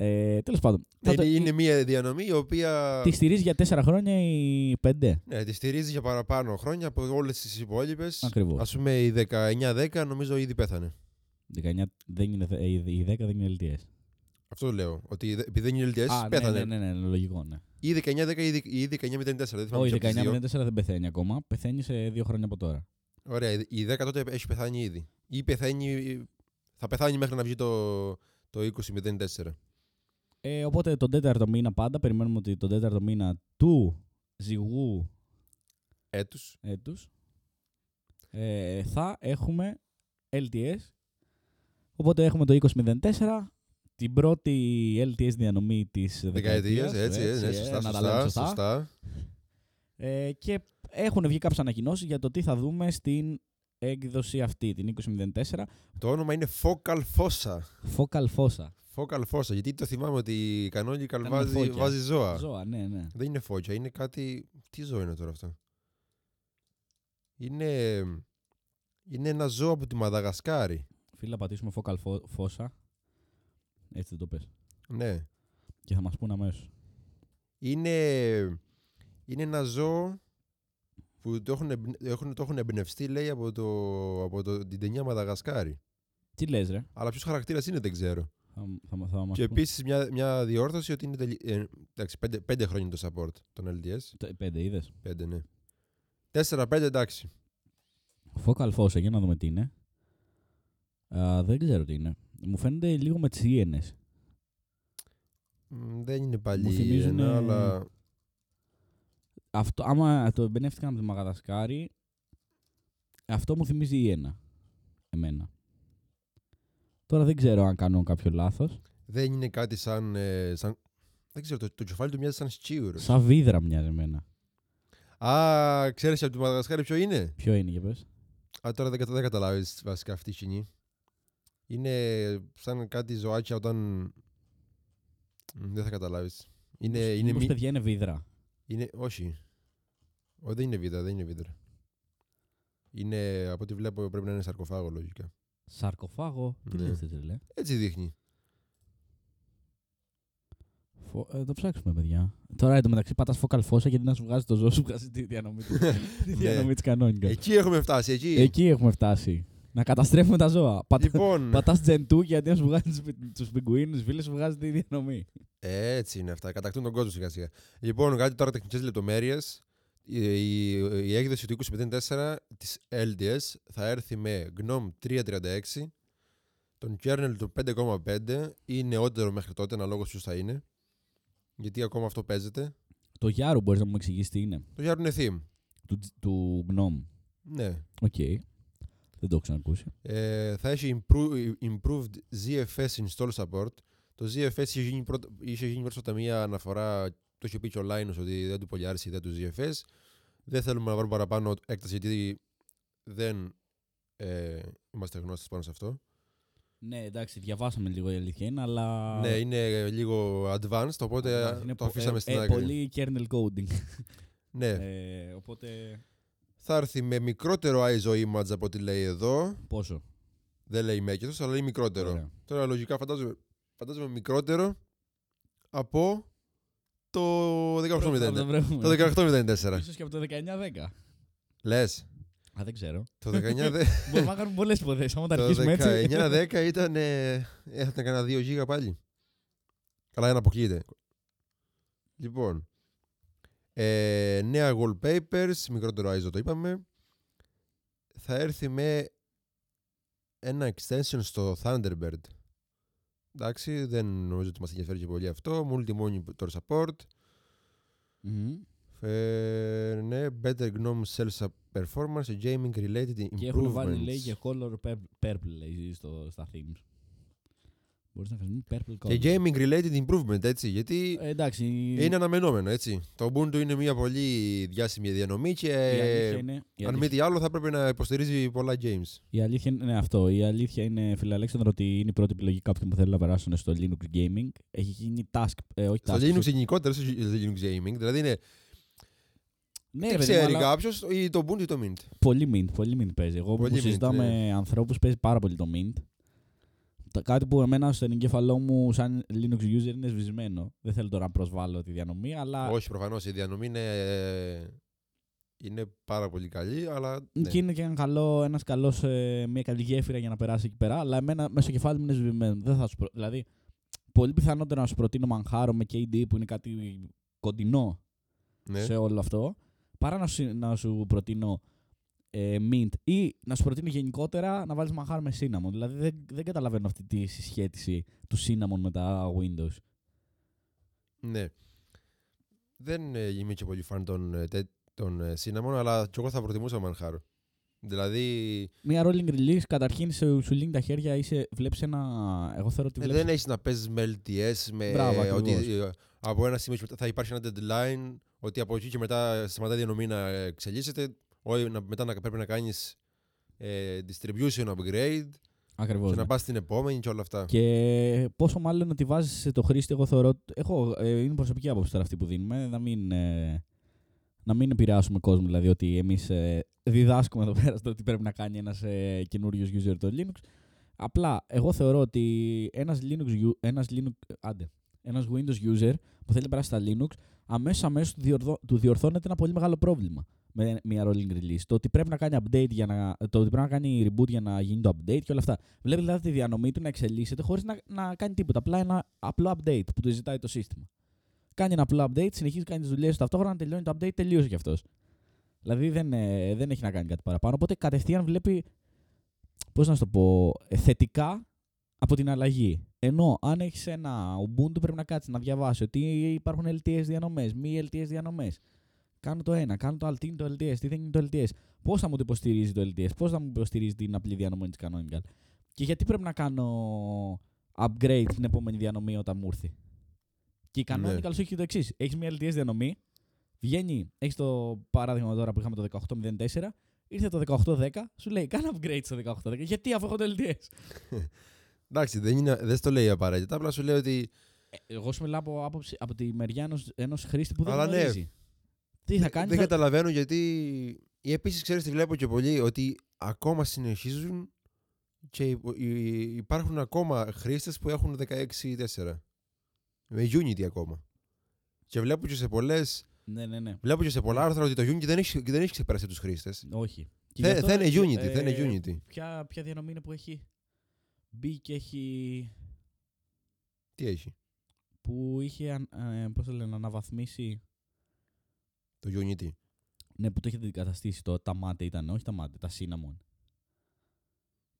[SPEAKER 2] Ε, τέλος πάντων, θα
[SPEAKER 1] Είναι,
[SPEAKER 2] το-
[SPEAKER 1] είναι μια διανομή η οποία
[SPEAKER 2] τη στηρίζει για τέσσερα χρόνια η πέντε.
[SPEAKER 1] ναι, τη στηρίζει για παραπάνω χρόνια από όλες τις υπόλοιπες.
[SPEAKER 2] Ακριβώς.
[SPEAKER 1] Ας πούμε, η 19-10 νομίζω ήδη πέθανε.
[SPEAKER 2] 19, δεν είναι, ε, η 10 δεν είναι LTS.
[SPEAKER 1] Αυτό λέω. Ότι η δε- επειδή δεν είναι LTS,
[SPEAKER 2] Α, ναι,
[SPEAKER 1] πέθανε.
[SPEAKER 2] ναι, ναι, ναι, ναι, λογικό, ναι.
[SPEAKER 1] Ή 19-10 ή δεκ- ή 19-04. Δεν θυμάμαι
[SPEAKER 2] Όχι,
[SPEAKER 1] ποια
[SPEAKER 2] η
[SPEAKER 1] από τις δύο.
[SPEAKER 2] 19.04 δεν πεθαίνει ακόμα. Πεθαίνει σε δύο χρόνια από τώρα.
[SPEAKER 1] Ωραία. η- Η 10 τότε έχει πεθάνει ήδη. Ή πεθαίνει. Θα πεθάνει μέχρι να βγει το, το 20-04.
[SPEAKER 2] Ε, οπότε τον τέταρτο μήνα πάντα, περιμένουμε ότι τον τέταρτο μήνα του ζυγού
[SPEAKER 1] Έτους.
[SPEAKER 2] έτους ε, θα έχουμε LTS. Οπότε έχουμε το 2004, την πρώτη LTS διανομή της
[SPEAKER 1] Δεκαετίε.
[SPEAKER 2] δεκαετίας. ε,
[SPEAKER 1] Έτσι, έτσι, ναι, σωστά,
[SPEAKER 2] να τα λέμε
[SPEAKER 1] σωστά, σωστά.
[SPEAKER 2] Ε, και έχουν βγει κάποιες ανακοινώσεις για το τι θα δούμε στην έκδοση αυτή, την 2004,
[SPEAKER 1] Το όνομα είναι Focal Fossa.
[SPEAKER 2] Focal Fossa.
[SPEAKER 1] Focal Fossa. Γιατί το θυμάμαι ότι η Canonical
[SPEAKER 2] Κάνουν
[SPEAKER 1] βάζει,
[SPEAKER 2] φώκια.
[SPEAKER 1] βάζει ζώα.
[SPEAKER 2] Ζώα, ναι, ναι.
[SPEAKER 1] Δεν είναι φώκια, είναι κάτι. Τι ζώο είναι τώρα αυτό. Είναι. Είναι ένα ζώο από τη Μαδαγασκάρη.
[SPEAKER 2] Φίλε, να πατήσουμε Focal Fo- Fossa. Έτσι δεν το πες.
[SPEAKER 1] Ναι.
[SPEAKER 2] Και θα μας πούν αμέσως.
[SPEAKER 1] Είναι. Είναι ένα ζώο που το έχουν, εμπν- έχουν- το έχουν εμπνευστεί, λέει, από, το, από το, την ταινία Μαδαγασκάρη.
[SPEAKER 2] Τι λες ρε,
[SPEAKER 1] Αλλά ποιος χαρακτήρας είναι δεν ξέρω.
[SPEAKER 2] θα, θα, θα μας
[SPEAKER 1] Και
[SPEAKER 2] πούν.
[SPEAKER 1] επίσης μια, μια διόρθωση ότι είναι. τελει- ε, εντάξει, πέντε, πέντε χρόνια είναι το support των LDS.
[SPEAKER 2] Το- ε, Πέντε είδες.
[SPEAKER 1] Πέντε, ναι. Τέσσερα-πέντε, εντάξει.
[SPEAKER 2] Focal Fossa, για να δούμε τι είναι. Α, δεν ξέρω τι είναι. Μου φαίνεται λίγο με τις ιένες.
[SPEAKER 1] Μ, Δεν είναι πάλι.
[SPEAKER 2] Μου θυμίζουνε-
[SPEAKER 1] ένα, αλλά...
[SPEAKER 2] Αυτό, άμα το εμπνεύστηκαν από τη Μαγαδασκάρη, αυτό μου θυμίζει ιένα. Εμένα. Τώρα δεν ξέρω αν κάνω κάποιο λάθος.
[SPEAKER 1] Δεν είναι κάτι σαν. ε, σαν... Δεν ξέρω, το, το κεφάλι του μοιάζει σαν σκίουρο.
[SPEAKER 2] Σαν βίδρα μοιάζει εμένα.
[SPEAKER 1] Α, ξέρεις από τη Μαδαγασκάρη ποιο είναι.
[SPEAKER 2] Ποιο είναι για πες.
[SPEAKER 1] Α, τώρα δεν, κατα- δεν καταλάβεις βασικά αυτή η σκηνή. Είναι σαν κάτι ζωάκια όταν. Μ, Δεν θα καταλάβεις. Είναι. είναι,
[SPEAKER 2] Μήπως,
[SPEAKER 1] μη-
[SPEAKER 2] παιδιά είναι βίδρα.
[SPEAKER 1] είναι... Όχι. Ω, δεν είναι βίδρα, δεν είναι βίδρα. Είναι, από ό,τι βλέπω, πρέπει να είναι σαρκοφάγο λογικά.
[SPEAKER 2] Σαρκοφάγο. Τι
[SPEAKER 1] Ναι.
[SPEAKER 2] λες έτσι λέει.
[SPEAKER 1] Έτσι δείχνει.
[SPEAKER 2] Φο... Ε, το ψάξουμε, παιδιά. Τώρα εντωμεταξύ πατά Focal Fossa γιατί να σου βγάζει το ζώο σου, βγάζει τη διανομή
[SPEAKER 1] *laughs*
[SPEAKER 2] του. τη διανομή της κανόνικας.
[SPEAKER 1] Ναι. Εκεί έχουμε φτάσει, εκεί.
[SPEAKER 2] Εκεί έχουμε φτάσει. Να καταστρέφουμε τα ζώα. Πατά
[SPEAKER 1] Λοιπόν.
[SPEAKER 2] πατάς τζεντού και αντί να σου βγάζει τους πιγκουίνους, φίλες, σου βγάζει τη διανομή.
[SPEAKER 1] Έτσι είναι αυτά. Κατακτούν τον κόσμο σιγά σιγά. Λοιπόν, κάτι τώρα τεχνικές λεπτομέρειες. Η, η, η έκδοση του 2054 της LDS θα έρθει με GNOME 336. Τον kernel του 5,5 ή νεότερο μέχρι τότε, αναλόγως ποιος θα είναι. Γιατί ακόμα αυτό παίζεται.
[SPEAKER 2] Το Γιάρου μπορείς να μου εξηγήσεις τι είναι.
[SPEAKER 1] Το Yarn είναι theme.
[SPEAKER 2] Του, τζ- του γνώμου.
[SPEAKER 1] Ναι.
[SPEAKER 2] Οκ. Δεν το έχω ξανακούσει.
[SPEAKER 1] Ε, θα έχει impro- improved ZFS install support. Το ZFS είχε γίνει, πρώτα, είχε γίνει πρόσφατα μία αναφορά, το είχε πει και ο Linus ότι δεν του πολύ άρεσε η ιδέα του ZFS. Δεν θέλουμε να βάλουμε παραπάνω έκταση γιατί δεν ε, είμαστε γνώστες πάνω σε αυτό.
[SPEAKER 2] Ναι, εντάξει, διαβάσαμε λίγο η αλήθεια είναι, αλλά.
[SPEAKER 1] Ναι, είναι λίγο advanced, οπότε
[SPEAKER 2] είναι
[SPEAKER 1] το
[SPEAKER 2] πο-
[SPEAKER 1] αφήσαμε
[SPEAKER 2] ε,
[SPEAKER 1] στην
[SPEAKER 2] ε,
[SPEAKER 1] άκρη.
[SPEAKER 2] Πολύ kernel coding.
[SPEAKER 1] Ναι,
[SPEAKER 2] Ε, οπότε.
[SPEAKER 1] θα έρθει με μικρότερο ISO image από ό,τι λέει εδώ.
[SPEAKER 2] Πόσο.
[SPEAKER 1] Δεν λέει μέγεθος, αλλά λέει μικρότερο.
[SPEAKER 2] Ωραία.
[SPEAKER 1] Τώρα λογικά φαντάζομαι, φαντάζομαι μικρότερο από το 18.0. Το 18.04.
[SPEAKER 2] Ίσως και από το 19-10.
[SPEAKER 1] Λες.
[SPEAKER 2] Α, δεν ξέρω.
[SPEAKER 1] Το 19 δε-
[SPEAKER 2] Μπορούμε να κάνουμε πολλές υποθέσεις. Άμα τα
[SPEAKER 1] το
[SPEAKER 2] αρχίσουμε έτσι.
[SPEAKER 1] 19-10 ήταν. ε, ε, θα ήταν κανένα 2 γίγα πάλι. Καλά, ένα αποκλείεται. Λοιπόν. Ε, νέα wallpapers, μικρότερο ISO το είπαμε. Θα έρθει με ένα extension στο Thunderbird. Εντάξει, δεν νομίζω ότι μας ενδιαφέρει και πολύ αυτό. Multi-monitor support.
[SPEAKER 2] Μμμ.
[SPEAKER 1] Ε, ναι, better GNOME self performance και gaming related improvements.
[SPEAKER 2] Και έχουν βάλει λέει και color purp- purple λέει, στο, στα themes. Μπορείς να χρησιμοποιείς purple color.
[SPEAKER 1] Και gaming related improvement, έτσι. Γιατί
[SPEAKER 2] Ε, εντάξει.
[SPEAKER 1] είναι αναμενόμενο, έτσι. Το Ubuntu είναι μια πολύ διάσημη διανομή και
[SPEAKER 2] η αλήθεια είναι, η
[SPEAKER 1] ε, αν μη
[SPEAKER 2] αλήθεια-
[SPEAKER 1] τι άλλο θα πρέπει να υποστηρίζει πολλά games.
[SPEAKER 2] η αλήθεια είναι ναι, αυτό. Η αλήθεια είναι, φίλε Αλέξανδρο, ότι είναι η πρώτη επιλογή κάποιων που θέλουν να περάσουν στο Linux Gaming. Έχει γίνει task. Ε, όχι
[SPEAKER 1] Στο
[SPEAKER 2] task.
[SPEAKER 1] Linux γενικότερα, στο Linux gaming, δηλαδή είναι.
[SPEAKER 2] Ναι,
[SPEAKER 1] δεν
[SPEAKER 2] ρε παιδί μου,
[SPEAKER 1] ξέρει
[SPEAKER 2] αλλά
[SPEAKER 1] κάποιος ή το Ubuntu ή το Mint.
[SPEAKER 2] Πολύ mint, πολύ mint παίζει. Εγώ
[SPEAKER 1] Πολύ
[SPEAKER 2] που
[SPEAKER 1] mint, ναι.
[SPEAKER 2] συζητάω με ανθρώπους παίζει πάρα πολύ το mint. Τα- Κάτι που εμένα στον εγκέφαλό μου, σαν Linux user, είναι σβησμένο. Δεν θέλω τώρα να προσβάλλω τη διανομή, αλλά
[SPEAKER 1] Όχι, προφανώς η διανομή είναι. ε, Είναι πάρα πολύ καλή, αλλά. ναι.
[SPEAKER 2] Και είναι και ένα καλό, ένας καλός, ε, μια καλή γέφυρα για να περάσει εκεί πέρα. Αλλά εμένα μέσα στο κεφάλι μου είναι σβημένο. Δεν θα σου προ... Δηλαδή, πολύ πιθανότερο να σου προτείνω μανχάρο με KDE που είναι κάτι κοντινό
[SPEAKER 1] Ναι.
[SPEAKER 2] σε όλο αυτό, παρά να σου, να σου προτείνω ε, Mint ή να σου προτείνω γενικότερα να βάλεις μανχάρο με Cinnamon. Δηλαδή, δεν, δεν καταλαβαίνω αυτή τη συσχέτιση του Cinnamon με τα Windows.
[SPEAKER 1] Ναι. Δεν ε, είμαι και πολύ φαν των, ε, τέ- των ε, Cinnamon, αλλά κι εγώ θα προτιμούσα Manjaro. Δηλαδή,
[SPEAKER 2] Μια rolling release, καταρχήν σου, σου λύνει τα χέρια, είσαι, βλέπεις ένα... Εγώ θεωρώ ότι
[SPEAKER 1] ε,
[SPEAKER 2] βλέπεις...
[SPEAKER 1] δεν έχεις να παίζεις με LTS, με
[SPEAKER 2] Μπράβο,
[SPEAKER 1] ε, ότι
[SPEAKER 2] ακριβώς.
[SPEAKER 1] ε, από ένα σημείο και μετά θα υπάρχει ένα deadline, ότι από εκεί και μετά σταματάει η διανομή να ε, εξελίσσεται, ό, να, μετά να, πρέπει να κάνεις distribution upgrade
[SPEAKER 2] Ακριβώς,
[SPEAKER 1] και
[SPEAKER 2] ναι.
[SPEAKER 1] να πας στην επόμενη και όλα αυτά.
[SPEAKER 2] Και πόσο μάλλον ότι βάζει το χρήστη, εγώ θεωρώ. ότι- Εγώ, ε, είναι προσωπική άποψη τώρα αυτή που δίνουμε. Να μην, ε, να μην επηρεάσουμε κόσμο, δηλαδή ότι εμείς ε, διδάσκουμε εδώ πέρα στο τι πρέπει να κάνει ένας ε, καινούριος user το Linux. Απλά εγώ θεωρώ ότι ένας Linux, u- ένας Linux, άντε, ένας Windows user που θέλει να περάσει στα Linux, αμέσως αμέσως του, διορθώ- του διορθώνεται ένα πολύ μεγάλο πρόβλημα με μια rolling release. Το ότι πρέπει να κάνει update για να, το ότι πρέπει να κάνει reboot για να γίνει το update και όλα αυτά. Βλέπει δηλαδή τη διανομή του να εξελίσσεται χωρίς να, να κάνει τίποτα. Απλά ένα απλό update που του ζητάει το σύστημα. Κάνει ένα απλό update, συνεχίζει να κάνει τις δουλειές του ταυτόχρονα, τελειώνει το update, τελείωσε κι αυτός. Δηλαδή δεν, ε, δεν έχει να κάνει κάτι παραπάνω. Οπότε κατευθείαν βλέπει. Πώς να σου το πω, ε, θετικά από την αλλαγή. Ενώ αν έχεις ένα Ubuntu πρέπει να κάτσεις να διαβάσεις ότι υπάρχουν LTS διανομές, μη LTS διανομές. Κάνω το ένα, κάνω το άλλο. Τι είναι το LTS, τι δεν είναι το LTS. Πώς θα μου το υποστηρίζει το LTS, πώς θα μου υποστηρίζει την απλή διανομή της Canonical. Και γιατί πρέπει να κάνω upgrade την επόμενη διανομή όταν μου έρθει. Και η Canonical
[SPEAKER 1] Ναι.
[SPEAKER 2] σου έχει το εξής. Έχεις μια LTS διανομή, βγαίνει, έχεις το παράδειγμα τώρα που είχαμε το 1804, ήρθε το 1810, σου λέει κάνε upgrade στο 1810. Γιατί αφού έχω το LTS.
[SPEAKER 1] Εντάξει, δεν, είναι, δεν στο λέει απαραίτητα, απλά σου λέει ότι.
[SPEAKER 2] Ε, Εγώ σου μιλάω από, άποψη, από τη μεριά ενός, ενός χρήστη που δεν
[SPEAKER 1] Αλλά ναι.
[SPEAKER 2] γνωρίζει. Τι θα κάνεις,
[SPEAKER 1] δεν
[SPEAKER 2] θα...
[SPEAKER 1] καταλαβαίνω γιατί. Ε, Ή επίσης, ξέρεις τι βλέπω και πολύ, ότι ακόμα συνεχίζουν και υπο- υ- υπάρχουν ακόμα χρήστες που έχουν 16-4. Με Unity ακόμα. Και βλέπω και σε πολλές,
[SPEAKER 2] ναι, ναι, ναι.
[SPEAKER 1] βλέπω και σε πολλά άρθρα ότι το Unity δεν έχει, δεν έχει ξεπεράσει τους χρήστες.
[SPEAKER 2] Όχι. Και γι'
[SPEAKER 1] Θα,
[SPEAKER 2] αυτό,
[SPEAKER 1] θα είναι
[SPEAKER 2] ε,
[SPEAKER 1] Unity,
[SPEAKER 2] ε,
[SPEAKER 1] θα είναι Unity.
[SPEAKER 2] Ποια, ποια διανομή είναι που έχει μπει και έχει...
[SPEAKER 1] Τι έχει.
[SPEAKER 2] που είχε, αν- ε, πώς το λένε, αναβαθμίσει...
[SPEAKER 1] Το Unity.
[SPEAKER 2] Ναι, που το έχετε αντικαταστήσει το τα μάτε ήταν, όχι τα μάτε, τα cinnamon.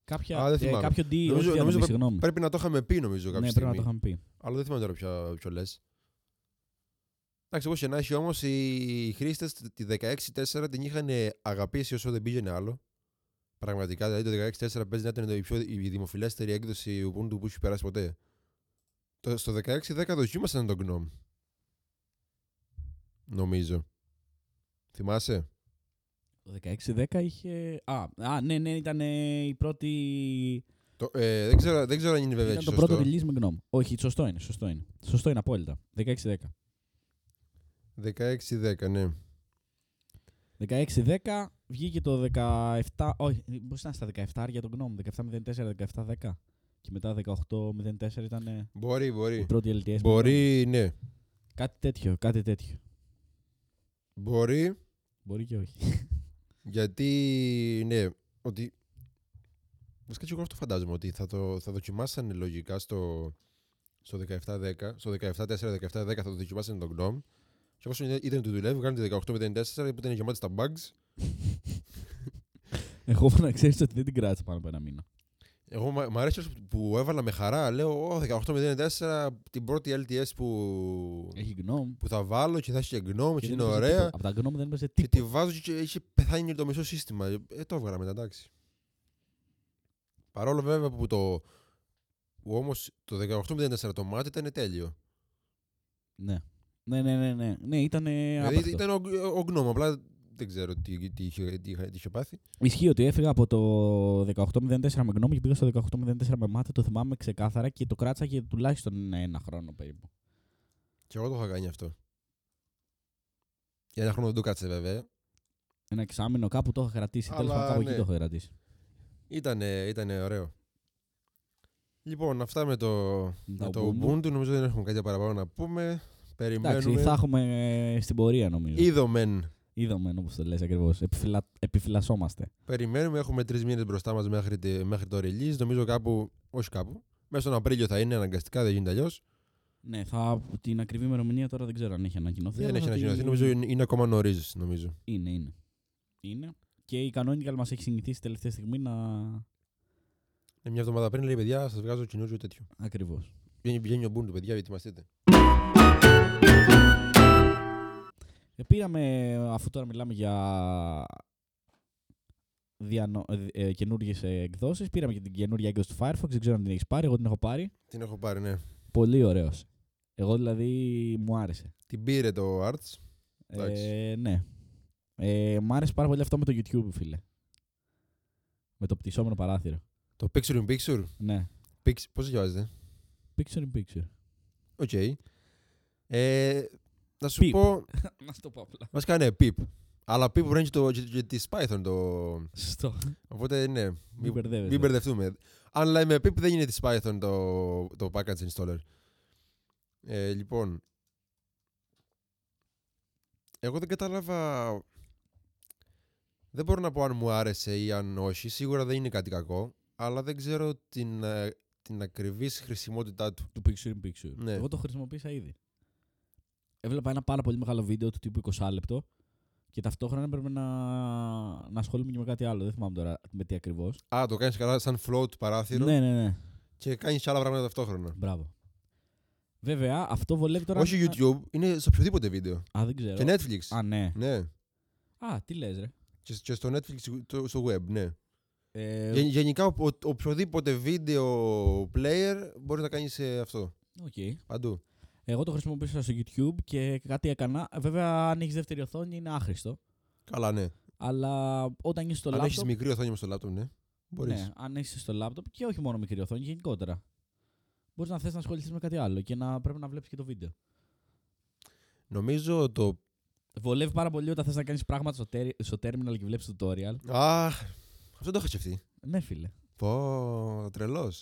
[SPEAKER 2] Κάποια, ε,
[SPEAKER 1] Α, δεν θυμάμαι.
[SPEAKER 2] κάποιο D, νομίζω,
[SPEAKER 1] νομίζω πρέπει-
[SPEAKER 2] συγγνώμη.
[SPEAKER 1] Πρέπει να το είχαμε πει νομίζω κάποια
[SPEAKER 2] ναι, πρέπει να
[SPEAKER 1] στιγμή.
[SPEAKER 2] το είχαμε πει.
[SPEAKER 1] Αλλά δεν θυμάμαι τώρα ποια- ποιο λες. Εντάξει, όπως και να έχει όμως, οι χρήστες τη 16-4 την είχαν αγαπήσει όσο δεν πήγαινε άλλο. Πραγματικά, δηλαδή το 16-4 παίζει να ήταν το- η, πιο, η δημοφιλέστερη έκδοση Ubuntu που έχει περάσει ποτέ. Το, στο 16-10 δοκίμασαν τον Gnome. Νομίζω. Θυμάσαι.
[SPEAKER 2] Το 16-10 είχε. Α, α, ναι, ναι, ήταν ε, η πρώτη
[SPEAKER 1] Το, ε, δεν, ξέρω, δεν ξέρω αν είναι βέβαια
[SPEAKER 2] Ήταν
[SPEAKER 1] έτσι
[SPEAKER 2] το
[SPEAKER 1] σωστό.
[SPEAKER 2] πρώτο release με γνώμη. Όχι, σωστό είναι. Σωστό είναι, σωστό είναι απόλυτα. 16-10.
[SPEAKER 1] 16-10, ναι.
[SPEAKER 2] 16-10 βγήκε το 17. Όχι, πώ ήταν στα 17 άρια τον γνώμη. 17-04, 17-10. Και μετά 18-04 ήταν ε,
[SPEAKER 1] Μπορεί,
[SPEAKER 2] η
[SPEAKER 1] μπορεί.
[SPEAKER 2] πρώτη LTS. με γνώμη.
[SPEAKER 1] Μπορεί, ναι.
[SPEAKER 2] Κάτι τέτοιο, κάτι τέτοιο.
[SPEAKER 1] Μπορεί,
[SPEAKER 2] Μπορεί και όχι. *laughs*
[SPEAKER 1] γιατί, ναι, ότι... Βασικά και εγώ αυτό φαντάζομαι, ότι θα, το, θα δοκιμάσανε λογικά στο, στο 17-10, στο 17-4, 17-10 θα το δοκιμάσανε τον Gnome. Και όσο είδαν ότι δουλεύει, βγάλανε το 18-04 που ήταν γεμάτη στα bugs.
[SPEAKER 2] Εγώ να ξέρεις ότι δεν την κράτησα πάνω από ένα μήνα.
[SPEAKER 1] Εγώ μ' μ' αρέσει που έβαλα με χαρά, λέω, «Ω, 18-04, την πρώτη LTS που,
[SPEAKER 2] Έχει γνώμη.
[SPEAKER 1] που θα βάλω και θα έχει και Gnome
[SPEAKER 2] και
[SPEAKER 1] και
[SPEAKER 2] δεν
[SPEAKER 1] είναι
[SPEAKER 2] έπαιζε
[SPEAKER 1] ωραία.
[SPEAKER 2] τίποτα. Από τα γνώμη δεν έπαιζε
[SPEAKER 1] Και
[SPEAKER 2] τίποτα.
[SPEAKER 1] τη βάζω και είχε πεθάνει το μισό σύστημα. Ε, το έβγαλα μετά, εντάξει. Παρόλο βέβαια που το. Που όμως το 1804 το μάτι ήταν τέλειο.
[SPEAKER 2] Ναι. Ναι, ναι, ναι, ναι. ναι ήταν
[SPEAKER 1] Δηλαδή ήταν ο, ο γνώμο, απλά δεν ξέρω τι, τι, είχε, τι, είχε, τι είχε πάθει.
[SPEAKER 2] Ισχύει ότι έφυγα από το 1804 με γνώμη και πήγα στο 1804 με μάθε. Το θυμάμαι ξεκάθαρα και το κράτησα για τουλάχιστον ένα χρόνο περίπου.
[SPEAKER 1] Και εγώ το είχα κάνει αυτό. Για ένα χρόνο δεν το κάτσε βέβαια.
[SPEAKER 2] Ένα εξάμεινο κάπου το είχα κρατήσει. Τέλος
[SPEAKER 1] Αλλά,
[SPEAKER 2] πάντων, κάπου
[SPEAKER 1] ναι.
[SPEAKER 2] εκεί το είχα κρατήσει.
[SPEAKER 1] Ήτανε, ήτανε ωραίο. Λοιπόν, αυτά με το, με το
[SPEAKER 2] Ubuntu.
[SPEAKER 1] Ubuntu. Νομίζω δεν έχουμε κάτι παραπάνω να πούμε.
[SPEAKER 2] Εντάξει,
[SPEAKER 1] Περιμένουμε.
[SPEAKER 2] θα έχουμε στην πορεία νομίζω.
[SPEAKER 1] Είδομεν.
[SPEAKER 2] Είδαμε όπως το λες ακριβώς. Επιφυλα... Επιφυλασσόμαστε.
[SPEAKER 1] Περιμένουμε, έχουμε τρεις μήνες μπροστά μας μέχρι, τη- μέχρι το release. Νομίζω κάπου, όχι κάπου, μέσα στον Απρίλιο θα είναι αναγκαστικά, δεν γίνεται αλλιώς.
[SPEAKER 2] Ναι, θα... την ακριβή ημερομηνία τώρα δεν ξέρω αν έχει ανακοινωθεί.
[SPEAKER 1] Δεν
[SPEAKER 2] αλλά
[SPEAKER 1] έχει
[SPEAKER 2] θα τη-
[SPEAKER 1] ανακοινωθεί, νομίζω είναι, είναι ακόμα νωρί, νομίζω.
[SPEAKER 2] Είναι, είναι. Είναι. Και η Canonical μας έχει συνηθίσει τελευταία στιγμή να.
[SPEAKER 1] Ε, Μια εβδομάδα πριν λέει: Παιδιά, σας βγάζω καινούριο τέτοιο.
[SPEAKER 2] Ακριβώς.
[SPEAKER 1] Βγαίνει, βγαίνει ο Μπούντου, παιδιά, ετοιμαστείτε.
[SPEAKER 2] Ε, πήραμε, αφού τώρα μιλάμε για διανο... ε, καινούριε εκδόσεις, πήραμε και την καινούργια έκδοση του Firefox. Δεν ξέρω αν την έχεις πάρει. Εγώ την έχω πάρει.
[SPEAKER 1] Την έχω πάρει, ναι.
[SPEAKER 2] Πολύ ωραίος. Εγώ δηλαδή μου άρεσε.
[SPEAKER 1] Την πήρε το Arts. Εντάξει.
[SPEAKER 2] Ε, ναι. Ε, μ' άρεσε πάρα πολύ αυτό με το YouTube, φίλε. Με το πτυσσόμενο παράθυρο.
[SPEAKER 1] Το Picture in Picture.
[SPEAKER 2] Ναι.
[SPEAKER 1] Pix, Πώς διαβάζεται.
[SPEAKER 2] Picture in picture.
[SPEAKER 1] Οκ. Ε, να σου
[SPEAKER 2] Pip.
[SPEAKER 1] πω.
[SPEAKER 2] Να το πω απλά.
[SPEAKER 1] Βασικά ναι, πιπ. Αλλά πιπ μπορεί να είναι και της Python το.
[SPEAKER 2] Σωστό.
[SPEAKER 1] Οπότε ναι,
[SPEAKER 2] Μην μπερδεύεσαι.
[SPEAKER 1] Μην μπερδευτούμε. Αν λέμε pip δεν είναι της Python το, το package installer. Ε, λοιπόν, εγώ δεν κατάλαβα... Δεν μπορώ να πω αν μου άρεσε ή αν όχι. Σίγουρα δεν είναι κάτι κακό. Αλλά δεν ξέρω την, ε, την ακριβής χρησιμότητά του.
[SPEAKER 2] του picture in picture.
[SPEAKER 1] Ναι.
[SPEAKER 2] Εγώ το χρησιμοποίησα ήδη. Έβλεπα ένα πάρα πολύ μεγάλο βίντεο του τύπου 20 λεπτό και ταυτόχρονα έπρεπε να, να ασχολούμαι και με κάτι άλλο. Δεν θυμάμαι τώρα με τι ακριβώς.
[SPEAKER 1] Α, το κάνεις καλά σαν float παράθυρο
[SPEAKER 2] Ναι, ναι, ναι.
[SPEAKER 1] και κάνεις και άλλα πράγματα ταυτόχρονα.
[SPEAKER 2] Μπράβο. Βέβαια, αυτό βολεύει τώρα.
[SPEAKER 1] όχι
[SPEAKER 2] να-
[SPEAKER 1] YouTube, είναι σε οποιοδήποτε βίντεο.
[SPEAKER 2] Α, δεν ξέρω.
[SPEAKER 1] Και Netflix.
[SPEAKER 2] Α, ναι.
[SPEAKER 1] Ναι.
[SPEAKER 2] Α, τι λες, ρε.
[SPEAKER 1] Και, και στο Netflix, το- στο web, ναι.
[SPEAKER 2] Ε,
[SPEAKER 1] Γεν- γενικά, ο, ο- οποιοδήποτε βίντεο player μπορείς να κάνεις αυτό.
[SPEAKER 2] οκ.
[SPEAKER 1] Παντού.
[SPEAKER 2] Εγώ το χρησιμοποίησα στο YouTube και κάτι έκανα. Βέβαια, αν έχεις δεύτερη οθόνη είναι άχρηστο.
[SPEAKER 1] Καλά, ναι.
[SPEAKER 2] Αλλά όταν είσαι στο
[SPEAKER 1] Αν έχεις
[SPEAKER 2] laptop.
[SPEAKER 1] μικρή οθόνη με στο laptop, ναι. Μπορείς.
[SPEAKER 2] Ναι, αν είσαι στο λάπτοπ και όχι μόνο μικρή οθόνη, γενικότερα. Μπορείς να θες να ασχοληθείς με κάτι άλλο και να πρέπει να βλέπεις και το βίντεο.
[SPEAKER 1] Νομίζω το.
[SPEAKER 2] Βολεύει πάρα πολύ όταν θες να κάνεις πράγματα στο, τέρι- στο terminal και βλέπεις tutorial.
[SPEAKER 1] Α, αυτό το είχα σκεφτεί.
[SPEAKER 2] Ναι, φίλε.
[SPEAKER 1] Πω, τρελός.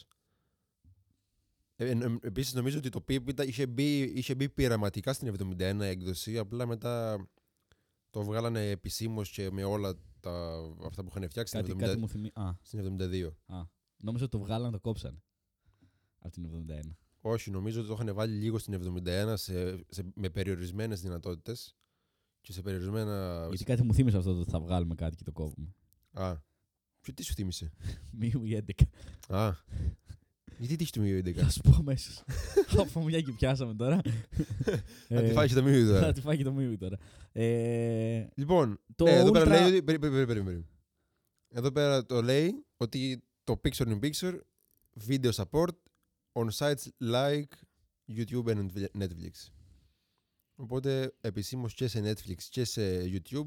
[SPEAKER 1] Ε, Επίσης, νομίζω ότι το PIP ήταν- είχε μπει, είχε μπει πειραματικά στην 71 έκδοση. Απλά μετά το βγάλανε επισήμως και με όλα τα, αυτά που είχαν φτιάξει
[SPEAKER 2] Κάτι,
[SPEAKER 1] στην, 70
[SPEAKER 2] κάτι μου θυμίζει. Α,
[SPEAKER 1] στην 72.
[SPEAKER 2] νόμιζα ότι το βγάλαν, το κόψαν. Από την 71.
[SPEAKER 1] Όχι, νομίζω ότι το είχαν βάλει λίγο στην 71 σε, σε, με περιορισμένες δυνατότητες και σε περιορισμένα.
[SPEAKER 2] Γιατί κάτι μου θύμισε αυτό το ότι θα βγάλουμε κάτι και το κόβουμε.
[SPEAKER 1] Α. Ποιο τι σου θύμισε.
[SPEAKER 2] Μίου ή 11.
[SPEAKER 1] Α.
[SPEAKER 2] *laughs*
[SPEAKER 1] Γιατί τι έχει το μείω 11.
[SPEAKER 2] Θα σου πω
[SPEAKER 1] *laughs*
[SPEAKER 2] αμέσως. Αφού μια και πιάσαμε τώρα.
[SPEAKER 1] Να τη
[SPEAKER 2] Ε,
[SPEAKER 1] φάει και το μείω
[SPEAKER 2] Θα *laughs*
[SPEAKER 1] τώρα.
[SPEAKER 2] τη φάει και το μίου τώρα. Ε,
[SPEAKER 1] Λοιπόν,
[SPEAKER 2] το
[SPEAKER 1] ε, εδώ πέρα
[SPEAKER 2] Ultra-
[SPEAKER 1] λέει. Ότι... περί- περί- περί- περί- περί. Εδώ πέρα το λέει ότι το picture in picture, video support on sites like YouTube and Netflix. Οπότε επισήμως και σε Netflix και σε YouTube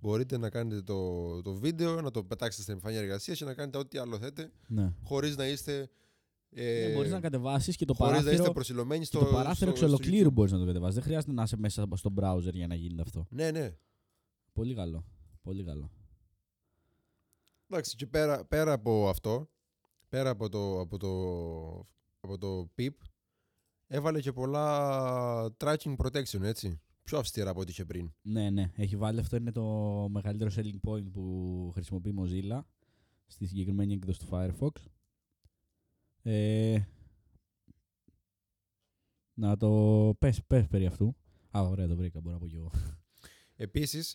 [SPEAKER 1] μπορείτε να κάνετε το, το βίντεο, να το πετάξετε στην επιφάνεια εργασίας και να κάνετε ό,τι άλλο θέτε,
[SPEAKER 2] Ναι.
[SPEAKER 1] χωρίς να είστε.
[SPEAKER 2] Ε,
[SPEAKER 1] Ε,
[SPEAKER 2] μπορείς να κατεβάσεις και το
[SPEAKER 1] χωρίς να είστε
[SPEAKER 2] παράθυρο.
[SPEAKER 1] προσιλωμένοι
[SPEAKER 2] και
[SPEAKER 1] στο.
[SPEAKER 2] το παράθυρο εξ
[SPEAKER 1] στο- στο
[SPEAKER 2] ολοκλήρου
[SPEAKER 1] YouTube.
[SPEAKER 2] μπορείς να το κατεβάσεις. Δεν χρειάζεται να είσαι μέσα στο browser για να γίνεται αυτό.
[SPEAKER 1] Ναι, ναι.
[SPEAKER 2] Πολύ καλό. Πολύ καλό.
[SPEAKER 1] Εντάξει, και πέρα, πέρα από αυτό, πέρα από το, από το, από το PIP, έβαλε και πολλά tracking protection, έτσι. Πιο αυστηρά από ό,τι είχε πριν.
[SPEAKER 2] Ναι, ναι, έχει βάλει. Αυτό είναι το μεγαλύτερο selling point που χρησιμοποιεί η Mozilla στη συγκεκριμένη έκδοση του Firefox. Ε, να το πες, πες περί αυτού. Α, ωραία, το βρήκα, μπορώ να πω κι εγώ.
[SPEAKER 1] Επίσης,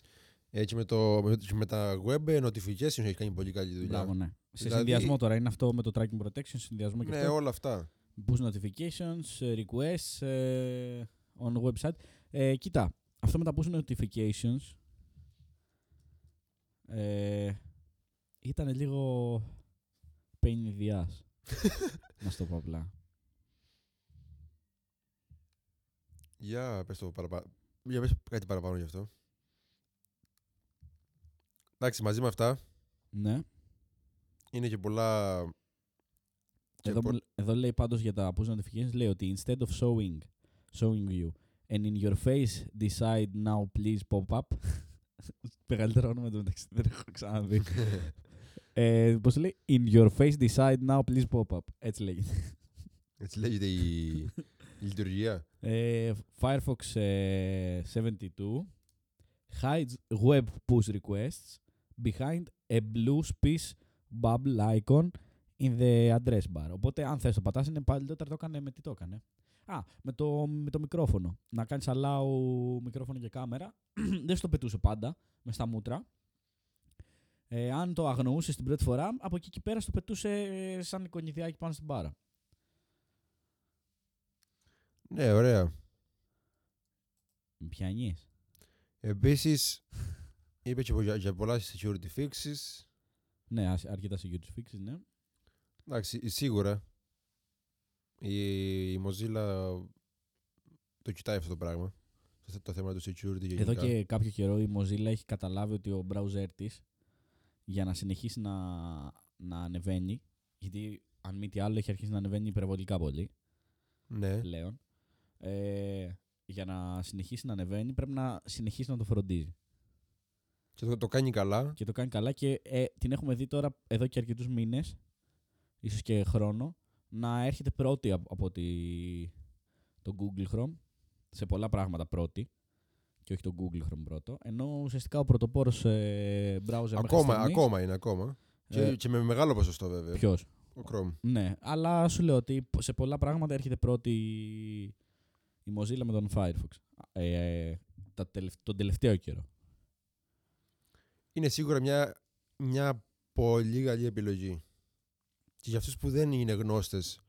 [SPEAKER 1] και με, το, με, και με τα web notifications έχει κάνει πολύ καλή δουλειά.
[SPEAKER 2] Μπράβο, ναι. Σε
[SPEAKER 1] Δηλαδή-
[SPEAKER 2] συνδυασμό τώρα είναι αυτό με το tracking protection, συνδυασμό και
[SPEAKER 1] ναι,
[SPEAKER 2] αυτό.
[SPEAKER 1] όλα αυτά.
[SPEAKER 2] Push notifications, ε, requests ε, on website. Ε, κοίτα, αυτό με τα push notifications ε, ήταν λίγο pain in the ass. να σου το πω απλά.
[SPEAKER 1] Για πες, το παραπα... για πες κάτι παραπάνω γι' αυτό. Εντάξει, μαζί με αυτά
[SPEAKER 2] Ναι.
[SPEAKER 1] είναι και πολλά... και
[SPEAKER 2] Εδώ,
[SPEAKER 1] πο-
[SPEAKER 2] μου- εδώ λέει πάντως για τα push notifications, λέει ότι instead of showing, showing you and in your face decide now please pop up. *laughs* Μεγαλύτερο όνομα εντωμεταξύ δεν έχω
[SPEAKER 1] *laughs*
[SPEAKER 2] ξαναδεί. ε, πώς λέει, in your face decide now please pop up. Έτσι λέγεται.
[SPEAKER 1] Έτσι λέγεται η,
[SPEAKER 2] *laughs*
[SPEAKER 1] η λειτουργία.
[SPEAKER 2] Ε, Firefox ε, 72 hides web push requests behind a blue space bubble icon in the address bar. Οπότε αν θες το πατάς είναι πάλι τότε το έκανε με τι το έκανε. Α, με το, με το μικρόφωνο. Να κάνεις allow μικρόφωνο και κάμερα. *clears throat* Δεν στο πετούσε πάντα, με στα μούτρα. Ε, αν το αγνοούσες την πρώτη φορά, από εκεί και πέρα στο πετούσε ε, σαν εικονιδιάκι πάνω στην μπάρα.
[SPEAKER 1] Ναι, ωραία.
[SPEAKER 2] Μ' Πιανείς.
[SPEAKER 1] Επίσης, είπε και για, για πολλά security fixes.
[SPEAKER 2] Ναι, ας- αρκετά σε YouTube fixes, ναι.
[SPEAKER 1] Εντάξει, σίγουρα η, η Mozilla το κοιτάει αυτό το πράγμα. Το, το θέμα του security γενικά.
[SPEAKER 2] Εδώ και κάποιο καιρό η Mozilla έχει καταλάβει ότι ο browser της για να συνεχίσει να, να ανεβαίνει, γιατί αν μη τι άλλο έχει αρχίσει να ανεβαίνει υπερβολικά πολύ
[SPEAKER 1] Ναι,
[SPEAKER 2] πλέον, ε, για να συνεχίσει να ανεβαίνει πρέπει να συνεχίσει να το φροντίζει.
[SPEAKER 1] και το, το κάνει καλά.
[SPEAKER 2] Και το κάνει καλά και ε, την έχουμε δει τώρα εδώ και αρκετούς μήνες, ίσως και χρόνο, να έρχεται πρώτη από, από τη, το Google Chrome, σε πολλά πράγματα πρώτη και όχι το Google Chrome πρώτο, ενώ ουσιαστικά ο πρωτοπόρος ε, browser μέχρι
[SPEAKER 1] Ακόμα,
[SPEAKER 2] στιγμής,
[SPEAKER 1] ακόμα είναι, ακόμα.
[SPEAKER 2] Ε,
[SPEAKER 1] και, και με μεγάλο ποσοστό βέβαια.
[SPEAKER 2] ποιος.
[SPEAKER 1] Ο Chrome.
[SPEAKER 2] Ναι, αλλά σου λέω ότι σε πολλά πράγματα έρχεται πρώτη η Mozilla με τον Firefox. Ε, ε, τα τελευ- τον τελευταίο καιρό.
[SPEAKER 1] Είναι σίγουρα μια, μια πολύ καλή επιλογή. Και για αυτούς που δεν είναι γνώστες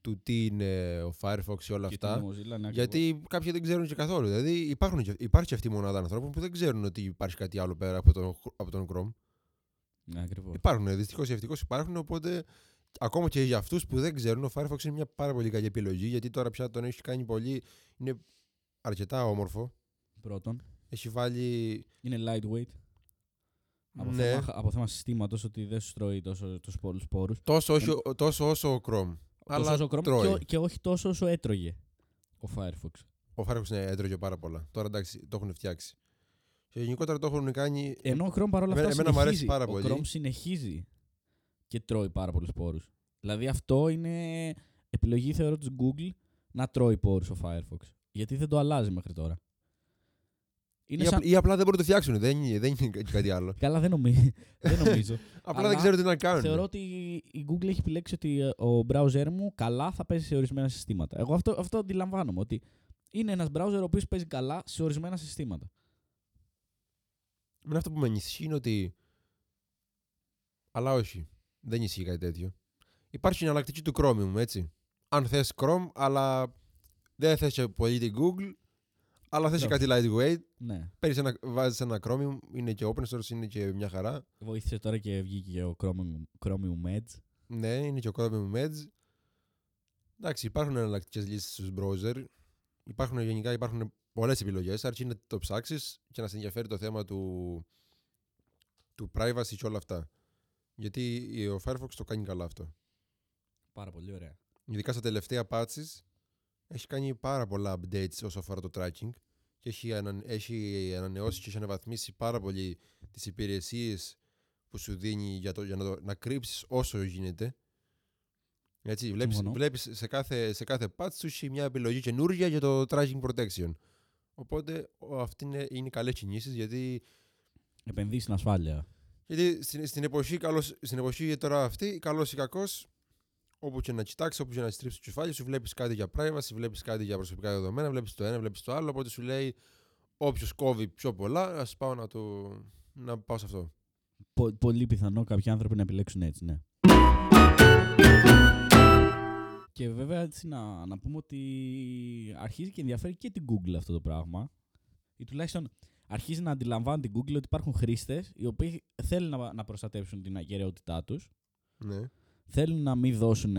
[SPEAKER 1] του τι είναι ο Firefox και όλα
[SPEAKER 2] Και
[SPEAKER 1] αυτά.
[SPEAKER 2] την Mozilla, ναι, ακριβώς.
[SPEAKER 1] Γιατί κάποιοι δεν ξέρουν και καθόλου. Δηλαδή υπάρχουν, και- υπάρχει και αυτή η μονάδα ανθρώπων που δεν ξέρουν ότι υπάρχει κάτι άλλο πέρα από τον, από τον Chrome.
[SPEAKER 2] Ναι, ακριβώς.
[SPEAKER 1] Υπάρχουν, δυστυχώς ή ευτυχώς υπάρχουν. Οπότε ακόμα και για αυτούς που δεν ξέρουν, ο Firefox είναι μια πάρα πολύ καλή επιλογή γιατί τώρα πια τον έχει κάνει πολύ. Είναι αρκετά όμορφο.
[SPEAKER 2] Πρώτον,
[SPEAKER 1] Έχει βάλει.
[SPEAKER 2] είναι lightweight. Από,
[SPEAKER 1] Ναι.
[SPEAKER 2] θέμα, από θέμα συστήματος ότι δεν σου τρώει τόσο τους πολλούς πόρους.
[SPEAKER 1] Τόσο, όχι, τόσο όσο ο Chrome.
[SPEAKER 2] Τόσο
[SPEAKER 1] Αλλά
[SPEAKER 2] Ναι. όσο ο Chrome
[SPEAKER 1] τρώει.
[SPEAKER 2] και, ό- και όχι τόσο όσο έτρωγε ο Firefox.
[SPEAKER 1] Ο Firefox ναι, έτρωγε πάρα πολλά. Τώρα εντάξει, το έχουν φτιάξει. Και γενικότερα το έχουν κάνει.
[SPEAKER 2] Ενώ ο Chrome παρόλα αυτά
[SPEAKER 1] Ε, Εμένα- εμένα μου
[SPEAKER 2] συνεχίζει.
[SPEAKER 1] αρέσει πάρα
[SPEAKER 2] ο
[SPEAKER 1] πολύ.
[SPEAKER 2] Chrome συνεχίζει και τρώει πάρα πολλούς πόρους. Δηλαδή αυτό είναι επιλογή θεωρώ της Google να τρώει πόρους ο Firefox. Γιατί δεν το αλλάζει μέχρι τώρα. Είναι
[SPEAKER 1] Ή,
[SPEAKER 2] σαν...
[SPEAKER 1] απ- ή απλά δεν μπορούν να το φτιάξουν. Δεν είναι, δεν είναι κάτι άλλο.
[SPEAKER 2] Καλά δεν νομίζω. *laughs* δεν νομίζω.
[SPEAKER 1] απλά
[SPEAKER 2] Αλλά
[SPEAKER 1] δεν ξέρουν τι να κάνουν.
[SPEAKER 2] Θεωρώ ότι η Google έχει επιλέξει ότι ε, ο browser μου καλά θα παίζει σε ορισμένα συστήματα. Εγώ αυτό, αυτό αντιλαμβάνομαι. Ότι είναι ένας browser ο οποίος παίζει καλά σε ορισμένα συστήματα.
[SPEAKER 1] Με αυτό που με ανησυχεί είναι ότι. Αλλά όχι. Δεν ισχύει κάτι τέτοιο. Υπάρχει η εναλλακτική του Chromium, έτσι. Αν θες Chrome, αλλά δεν θες και πολύ την Google, αλλά θες και κάτι
[SPEAKER 2] Εντάξει.
[SPEAKER 1] lightweight,
[SPEAKER 2] Ναι.
[SPEAKER 1] παίρνεις ένα, βάζεις ένα Chromium, είναι και open source, είναι και μια χαρά.
[SPEAKER 2] Βοήθησε τώρα και βγήκε και ο Chromium, Chromium Edge.
[SPEAKER 1] Ναι, είναι και ο Chromium Edge. Εντάξει, υπάρχουν εναλλακτικές λύσεις στους browser. Υπάρχουν γενικά υπάρχουν πολλές επιλογές. Αρκεί να το ψάξεις και να σε ενδιαφέρει το θέμα του, του privacy και όλα αυτά. Γιατί ο Firefox το κάνει καλά αυτό.
[SPEAKER 2] Πάρα πολύ ωραία.
[SPEAKER 1] Ειδικά στα τελευταία patches έχει κάνει πάρα πολλά updates όσο αφορά το tracking και έχει, ανα, έχει ανανεώσει και έχει αναβαθμίσει πάρα πολύ τις υπηρεσίες που σου δίνει για, το, για να, το, να κρύψεις όσο γίνεται. Έτσι, βλέπεις,
[SPEAKER 2] Συμφωνώ.
[SPEAKER 1] βλέπεις σε κάθε, σε κάθε patch σου έχει μια επιλογή καινούργια για το tracking protection. Οπότε ο- αυτή είναι, είναι καλές κινήσεις γιατί
[SPEAKER 2] Επενδύεις στην ασφάλεια.
[SPEAKER 1] γιατί στην, στην, εποχή, καλώς, στην εποχή τώρα αυτή, καλός ή κακός, όπου και να κοιτάξεις, όπου και να στρίψεις το κεφάλι σου, βλέπεις κάτι για privacy, βλέπεις κάτι για προσωπικά δεδομένα, βλέπεις το ένα, βλέπεις το άλλο. Οπότε σου λέει, όποιος κόβει πιο πολλά, ας πάω να, το, να πάω σε αυτό.
[SPEAKER 2] Πο- πολύ πιθανό κάποιοι άνθρωποι να επιλέξουν έτσι, ναι. Και βέβαια έτσι να, να πούμε ότι αρχίζει και ενδιαφέρει και την Google αυτό το πράγμα. Ή τουλάχιστον αρχίζει να αντιλαμβάνει την Google ότι υπάρχουν χρήστες οι οποίοι θέλουν να, να προστατεύσουν την ακαιρεότητά τους,
[SPEAKER 1] Ναι.
[SPEAKER 2] θέλουν να μην δώσουν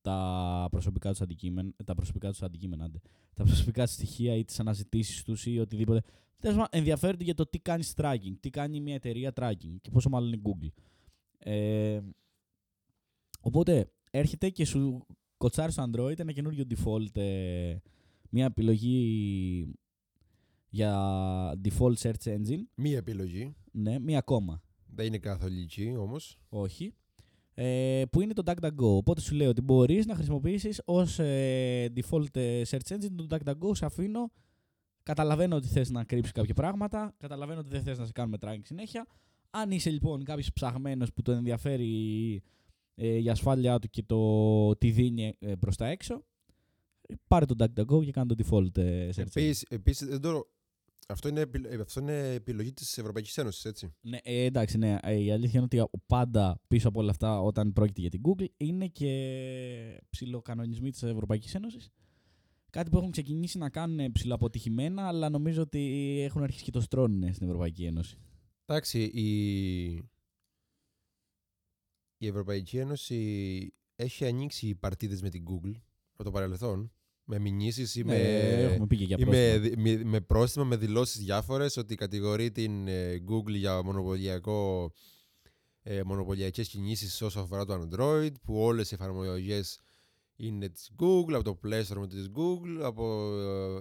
[SPEAKER 2] τα προσωπικά τους αντικείμενα, τα προσωπικά τους αντικείμενα, άντε, τα προσωπικά τους στοιχεία ή τις αναζητήσεις τους ή οτιδήποτε. Τέλος πάντων, ενδιαφέρονται για το τι κάνει tracking, τι κάνει μια εταιρεία tracking και πόσο μάλλον η Google. Ε, οπότε έρχεται και σου κοτσάρει στο Android ένα καινούριο default, ε, μια επιλογή για default search engine.
[SPEAKER 1] Μία επιλογή.
[SPEAKER 2] Ναι, μία ακόμα.
[SPEAKER 1] Δεν είναι καθολική όμως.
[SPEAKER 2] Όχι. Ε, που είναι το DuckDuckGo. Οπότε σου λέω ότι μπορείς να χρησιμοποιήσεις ως default ε, search engine το DuckDuckGo. Σε αφήνω. Καταλαβαίνω ότι θες να κρύψεις κάποια πράγματα. Καταλαβαίνω ότι δεν θες να σε κάνουμε tracking συνέχεια. Αν είσαι λοιπόν κάποιος ψαγμένος που τον ενδιαφέρει ε, η ασφάλειά του και το τι δίνει ε, προς τα έξω, ε, πάρε το DuckDuckGo και κάνε το default ε, search engine.
[SPEAKER 1] Επίσης, επίσης, δεν το- Αυτό είναι, επιλο- ε, αυτό είναι επιλογή της Ευρωπαϊκής Ένωσης, έτσι.
[SPEAKER 2] Ναι, ε, εντάξει, ναι. Ε, Η αλήθεια είναι ότι πάντα πίσω από όλα αυτά, όταν πρόκειται για την Google, είναι και ψηλοκανονισμοί της Ευρωπαϊκής Ένωσης. Κάτι που έχουν ξεκινήσει να κάνουν ψηλοαποτυχημένα, αλλά νομίζω ότι έχουν αρχίσει και το στρώνουν ε, στην Ευρωπαϊκή Ένωση.
[SPEAKER 1] Εντάξει, η... η Ευρωπαϊκή Ένωση έχει ανοίξει παρτίδες με την Google από το παρελθόν, με μηνύσεις ή με,
[SPEAKER 2] Ε, έχουμε πει και για
[SPEAKER 1] ή
[SPEAKER 2] πρόσφατα.
[SPEAKER 1] με, δι- με, με πρόστιμα, με δηλώσεις διάφορες ότι κατηγορεί την ε, Google για μονοπωλιακό, ε, μονοπωλιακές κινήσεις όσο αφορά το Android, που όλες οι εφαρμογές είναι της Google, από το Play Store με της Google, από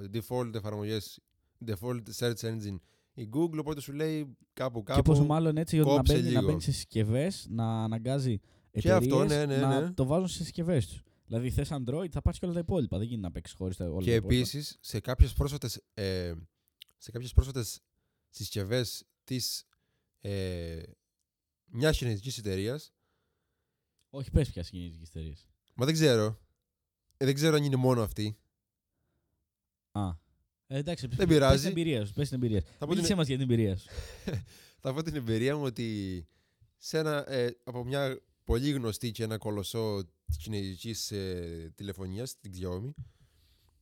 [SPEAKER 1] ε, default εφαρμογές, default search engine η Google, οπότε σου λέει κάπου κάπου.
[SPEAKER 2] Και πόσο μάλλον έτσι ότι να
[SPEAKER 1] κόψε
[SPEAKER 2] μπαίνει, να
[SPEAKER 1] λίγο.
[SPEAKER 2] μπαίνει σε συσκευές, να αναγκάζει
[SPEAKER 1] Και
[SPEAKER 2] εταιρείε
[SPEAKER 1] αυτό, ναι, ναι,
[SPEAKER 2] να
[SPEAKER 1] ναι.
[SPEAKER 2] το βάζουν σε συσκευές τους. Δηλαδή, θες Android, θα πάρεις και όλα τα υπόλοιπα. Δεν γίνεται να παίξεις χωρίς τα όλα
[SPEAKER 1] Και
[SPEAKER 2] τα υπόλοιπα.
[SPEAKER 1] επίσης σε κάποιες πρόσφατες ε, σε κάποιες πρόσφατες συσκευές της ε, μιας κινέζικης εταιρείας.
[SPEAKER 2] Όχι, πες πια συγκινητικέ εταιρείε.
[SPEAKER 1] Μα δεν ξέρω. Ε, δεν ξέρω αν είναι μόνο αυτή.
[SPEAKER 2] Α. Ε, εντάξει,
[SPEAKER 1] Δεν πειράζει.
[SPEAKER 2] Πες την εμπειρία σου. Πες την εμπειρία σου.
[SPEAKER 1] Θα πω,
[SPEAKER 2] Μίλησέ
[SPEAKER 1] την,
[SPEAKER 2] μας για την εμπειρία σου.
[SPEAKER 1] θα πω την εμπειρία μου ότι σε ένα, ε, από μια πολύ γνωστή και ένα κολοσσό της κινέζικης ε, τηλεφωνίας, την Xiaomi.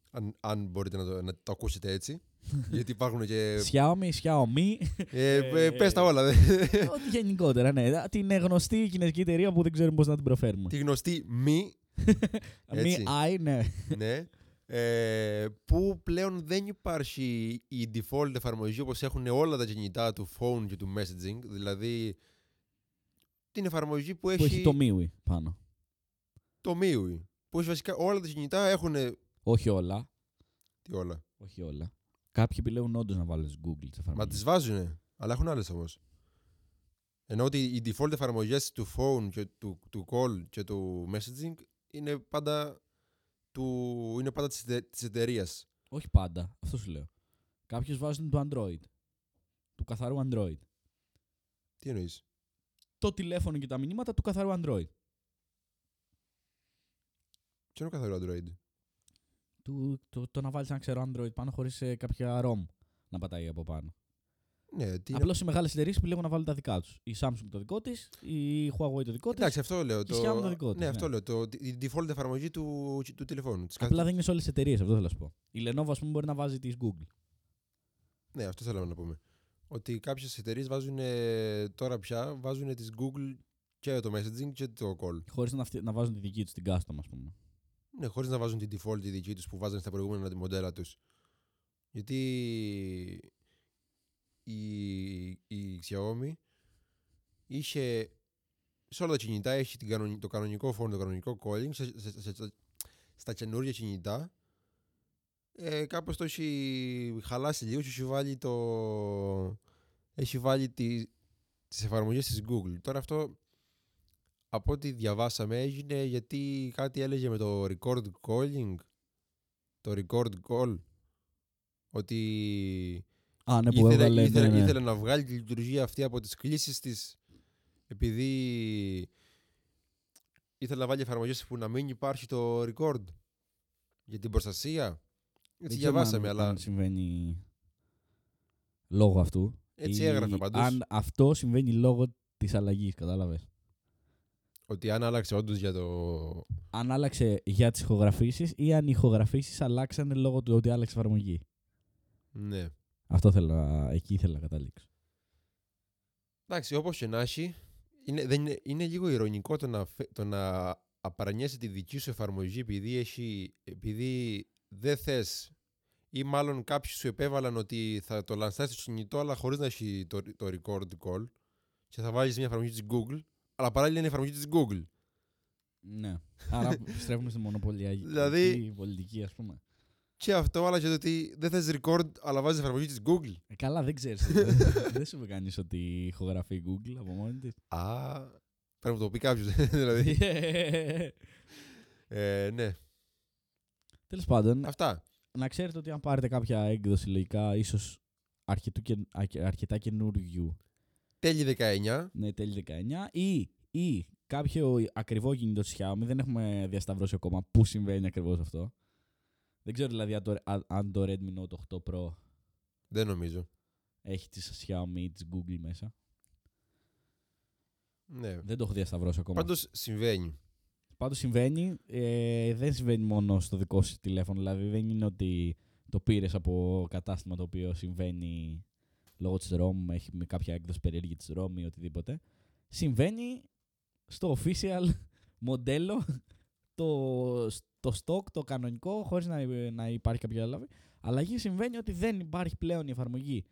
[SPEAKER 1] Αν, αν μπορείτε να το, να το ακούσετε έτσι. γιατί υπάρχουν και.
[SPEAKER 2] Xiaomi, Xiaomi.
[SPEAKER 1] *laughs* ε, ε,
[SPEAKER 2] ε,
[SPEAKER 1] πες τα όλα. *laughs* δε.
[SPEAKER 2] Ό,τι γενικότερα, ναι. Την γνωστή κινέζικη εταιρεία που δεν ξέρουμε πώς να την προφέρουμε.
[SPEAKER 1] τη γνωστή μη
[SPEAKER 2] Μη
[SPEAKER 1] έτσι.
[SPEAKER 2] I, ναι.
[SPEAKER 1] *laughs* ναι. Ε, που πλέον δεν υπάρχει η default εφαρμογή όπως έχουν όλα τα κινητά του phone και του messaging. Δηλαδή την εφαρμογή που έχει,
[SPEAKER 2] Που έχει το MIUI πάνω.
[SPEAKER 1] το MIUI. Που έχει βασικά όλα τα κινητά έχουν... ε,
[SPEAKER 2] Όχι όλα.
[SPEAKER 1] Τι όλα.
[SPEAKER 2] Όχι όλα. Κάποιοι επιλέγουν όντως να βάλουν τις Google τις
[SPEAKER 1] Μα
[SPEAKER 2] εφαρμογές.
[SPEAKER 1] τις βάζουνε. Αλλά έχουν άλλες όμως. Ενώ ότι οι default εφαρμογές του phone και του, του call και του messaging είναι πάντα, του, είναι πάντα της, εται- της εταιρείας.
[SPEAKER 2] Όχι πάντα. Αυτό σου λέω. Κάποιους βάζουν το Android. Του καθαρού Android.
[SPEAKER 1] Τι εννοείς.
[SPEAKER 2] Το τηλέφωνο και τα μηνύματα του καθαρού Android.
[SPEAKER 1] Τι είναι ο καθαρό Android.
[SPEAKER 2] Του, το, το να βάλεις ένα ξερό Android πάνω χωρίς ε, κάποια ROM να πατάει από πάνω.
[SPEAKER 1] Ναι, τι είναι
[SPEAKER 2] Απλώς οι μεγάλες εταιρείες επιλέγουν να βάλουν τα δικά τους. Η Samsung το δικό της, η Huawei το δικό της.
[SPEAKER 1] Εντάξει, αυτό λέω.
[SPEAKER 2] Και Xiaomi το δικό της,
[SPEAKER 1] ναι,
[SPEAKER 2] ναι.
[SPEAKER 1] αυτό λέω. Το, η default εφαρμογή του, του τηλεφώνου. της κάθε-
[SPEAKER 2] Απλά δεν είναι σε όλες τις εταιρείες, αυτό θέλω να σου πω. Η Lenovo, ας πούμε, μπορεί να βάζει τη Google.
[SPEAKER 1] Ναι, αυτό θέλαμε να πούμε. Ότι κάποιες εταιρείες βάζουν ε, τώρα πια βάζουν τη Google και το messaging και το call.
[SPEAKER 2] Χωρίς να, αυτοί- να βάζουν τη δική τους την custom, ας πούμε.
[SPEAKER 1] Ναι, χωρίς να βάζουν την default τη δική τους που βάζανε στα προηγούμενα μοντέλα τους. Γιατί η, η Xiaomi είχε σε όλα τα κινητά έχει την κανονι- το κανονικό phone, το κανονικό calling. Σε, σε- σε- σε- στα καινούργια κινητά ε, κάπως το έχει χαλάσει λίγο και έχει βάλει το... έχει βάλει τη, τις εφαρμογές της Google. Τώρα αυτό από ό,τι διαβάσαμε έγινε γιατί κάτι έλεγε με το record calling το record call ότι
[SPEAKER 2] Α, ναι, που
[SPEAKER 1] ήθελε,
[SPEAKER 2] έβγαλε.
[SPEAKER 1] ήθελε,
[SPEAKER 2] ναι, ναι.
[SPEAKER 1] ήθελε να βγάλει τη λειτουργία αυτή από τις κλήσεις της επειδή ήθελε να βάλει εφαρμογές που να μην υπάρχει το record για την προστασία. Έτσι
[SPEAKER 2] Δεν ξέρω
[SPEAKER 1] διαβάσαμε,
[SPEAKER 2] αν-
[SPEAKER 1] αλλά
[SPEAKER 2] Αν συμβαίνει λόγω αυτού.
[SPEAKER 1] έτσι
[SPEAKER 2] ή
[SPEAKER 1] έγραφε παντός.
[SPEAKER 2] Αν αυτό συμβαίνει λόγω της αλλαγής, κατάλαβες.
[SPEAKER 1] Ότι αν άλλαξε όντως για το...
[SPEAKER 2] Αν άλλαξε για τις ηχογραφήσεις ή αν οι ηχογραφήσεις αλλάξανε λόγω του ότι άλλαξε εφαρμογή.
[SPEAKER 1] Ναι.
[SPEAKER 2] Αυτό θέλω, να- εκεί ήθελα να καταλήξω.
[SPEAKER 1] Εντάξει, όπως και να έχει, είναι, δεν είναι, είναι λίγο ηρωνικό το να, φε- το να απαρνιέσαι τη δική σου εφαρμογή επειδή, έχει, επειδή δεν θες ή μάλλον κάποιοι σου επέβαλαν ότι θα το λανσάρεις στο κινητό αλλά χωρίς να έχει το, το record call και θα βάλεις μια εφαρμογή της Google αλλά παράλληλα είναι εφαρμογή της Google.
[SPEAKER 2] Ναι. Άρα στρέφουμε στη μονοπωλιακή
[SPEAKER 1] Δηλαδή-
[SPEAKER 2] πολιτική, ας πούμε.
[SPEAKER 1] Και αυτό άλλαξε το ότι δεν θες record αλλά βάζεις εφαρμογή της Google.
[SPEAKER 2] Ε, Καλά, δεν ξέρεις. δεν σου είπε κανείς ότι ηχογραφεί η Google από μόνη της.
[SPEAKER 1] Α, πρέπει να το πει κάποιος *laughs* δηλαδή.
[SPEAKER 2] *laughs*
[SPEAKER 1] Ε, ναι,
[SPEAKER 2] Τέλος πάντων,
[SPEAKER 1] αυτά.
[SPEAKER 2] να ξέρετε ότι αν πάρετε κάποια έκδοση λογικά, ίσως αρκετά καινούριου,
[SPEAKER 1] Τέλη 19.
[SPEAKER 2] ναι, τέλη 19, ή, ή κάποιο ακριβό κινητό της Xiaomi, δεν έχουμε διασταυρώσει ακόμα πού συμβαίνει ακριβώς αυτό. Δεν ξέρω δηλαδή αν το, αν- αν το Redmi Note 8 Pro
[SPEAKER 1] Δεν νομίζω.
[SPEAKER 2] έχει της Xiaomi ή της Google μέσα.
[SPEAKER 1] Ναι.
[SPEAKER 2] Δεν το έχω διασταυρώσει ακόμα.
[SPEAKER 1] Πάντως συμβαίνει.
[SPEAKER 2] Πάντως συμβαίνει. Ε, δεν συμβαίνει μόνο στο δικό σου τηλέφωνο. Δηλαδή δεν είναι ότι το πήρες από κατάστημα το οποίο συμβαίνει λόγω της ROM, έχει με κάποια έκδοση περίεργη της ROM ή οτιδήποτε. Συμβαίνει στο official *laughs* μοντέλο, το, το stock, το κανονικό, χωρίς να, να υπάρχει κάποια αλλαγή. Αλλαγή συμβαίνει ότι δεν υπάρχει πλέον η εφαρμογή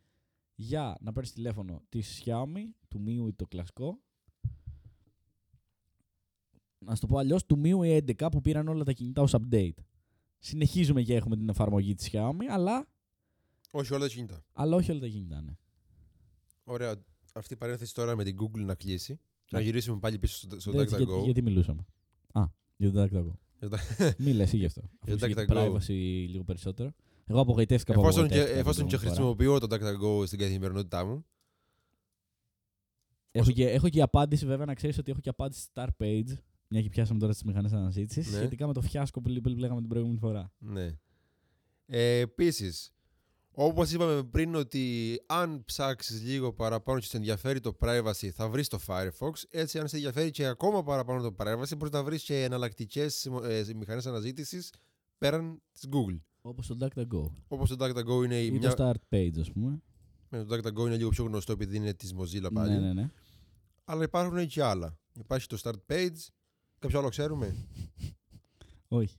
[SPEAKER 2] για να παίρνεις τηλέφωνο της Xiaomi, του Miu ή το κλασικό, να σου το πω αλλιώς, του MIUI 11 που πήραν όλα τα κινητά ως update. Συνεχίζουμε και έχουμε την εφαρμογή της Xiaomi, αλλά,
[SPEAKER 1] Όχι όλα τα κινητά.
[SPEAKER 2] αλλά όχι όλα τα κινητά. Ναι.
[SPEAKER 1] Ωραία. Αυτή η παρένθεση τώρα με την Google να κλείσει. Να
[SPEAKER 2] Ναι.
[SPEAKER 1] γυρίσουμε πάλι πίσω στο- στο
[SPEAKER 2] Δεν έτσι, Ναι, γιατί,
[SPEAKER 1] DuckDuckGo.
[SPEAKER 2] γιατί μιλούσαμε. Α, για το DuckDuckGo.
[SPEAKER 1] Για τα-
[SPEAKER 2] Μίλα εσύ γι' αυτό. Αφού
[SPEAKER 1] Για το
[SPEAKER 2] είσαι για το
[SPEAKER 1] DuckDuckGo.
[SPEAKER 2] privacy λίγο περισσότερο. Εγώ απογοητεύτηκα από
[SPEAKER 1] Εφόσον και,
[SPEAKER 2] απογοητεύτηκα την
[SPEAKER 1] εφόσον και
[SPEAKER 2] προηγούμενη
[SPEAKER 1] χρησιμοποιώ
[SPEAKER 2] φορά.
[SPEAKER 1] το DuckDuckGo στην καθημερινότητά μου.
[SPEAKER 2] Έχω και, έχω και απάντηση, βέβαια, να ξέρεις ότι έχω και απάντηση στη Star Page. Μια και πιάσαμε τώρα τις μηχανές αναζήτησης.
[SPEAKER 1] Ναι.
[SPEAKER 2] Σχετικά με το φιάσκο που λέ- που λέγαμε την προηγούμενη φορά.
[SPEAKER 1] Ναι. Ε, Επίσης, όπως είπαμε πριν, ότι αν ψάξεις λίγο παραπάνω και σε ενδιαφέρει το privacy, θα βρεις το Firefox. Έτσι, αν σε ενδιαφέρει και ακόμα παραπάνω το privacy, μπορείς να βρεις και ε, εναλλακτικέ μηχανές αναζήτησης πέραν της Google.
[SPEAKER 2] Όπως το DuckDuckGo.
[SPEAKER 1] Όπως το DuckDuckGo είναι, η
[SPEAKER 2] Ή
[SPEAKER 1] μια...
[SPEAKER 2] το Start Page, ας πούμε.
[SPEAKER 1] ε, το DuckDuckGo είναι λίγο πιο γνωστό επειδή είναι της Mozilla πάλι.
[SPEAKER 2] Ναι, ναι, ναι.
[SPEAKER 1] Αλλά υπάρχουν και άλλα. Υπάρχει το start page. Κάποιο άλλο ξέρουμε.
[SPEAKER 2] Όχι.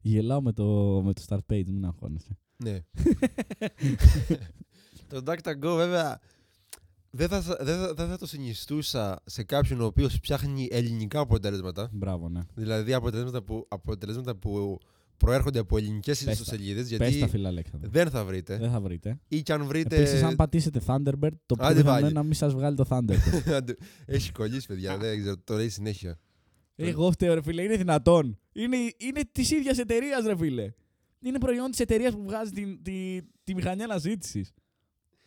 [SPEAKER 2] Γελάω με το, με το start page, μην αγχώνεσαι.
[SPEAKER 1] ναι. *laughs* το DuckDuckGo βέβαια δεν θα, σα- δεν, θα, δεν θα το συνιστούσα σε κάποιον ο οποίος ψάχνει ελληνικά αποτελέσματα.
[SPEAKER 2] Μπράβο, ναι.
[SPEAKER 1] Δηλαδή αποτελέσματα που, αποτελέσματα που προέρχονται από ελληνικές
[SPEAKER 2] τα.
[SPEAKER 1] ιστοσελίδες
[SPEAKER 2] Πες τα
[SPEAKER 1] γιατί
[SPEAKER 2] φίλα, Αλέξανδρα.
[SPEAKER 1] δεν θα βρείτε.
[SPEAKER 2] Δεν θα βρείτε.
[SPEAKER 1] Ή και αν βρείτε... *laughs*
[SPEAKER 2] Επίσης, αν πατήσετε Thunderbird, το πιο
[SPEAKER 1] Άντε
[SPEAKER 2] πιθανό είναι
[SPEAKER 1] πάλι.
[SPEAKER 2] να μην σας βγάλει το
[SPEAKER 1] *laughs*
[SPEAKER 2] Thunderbird.
[SPEAKER 1] Έχει κολλήσει παιδιά, δεν ξέρω, το λέει συνέχεια.
[SPEAKER 2] Ε, Εγώ φταίω, ρε φίλε, είναι δυνατόν. Είναι, είναι της ίδιας εταιρείας, ρε φίλε. Είναι προϊόν της εταιρείας που βγάζει τη, τη, τη μηχανή αναζήτησης.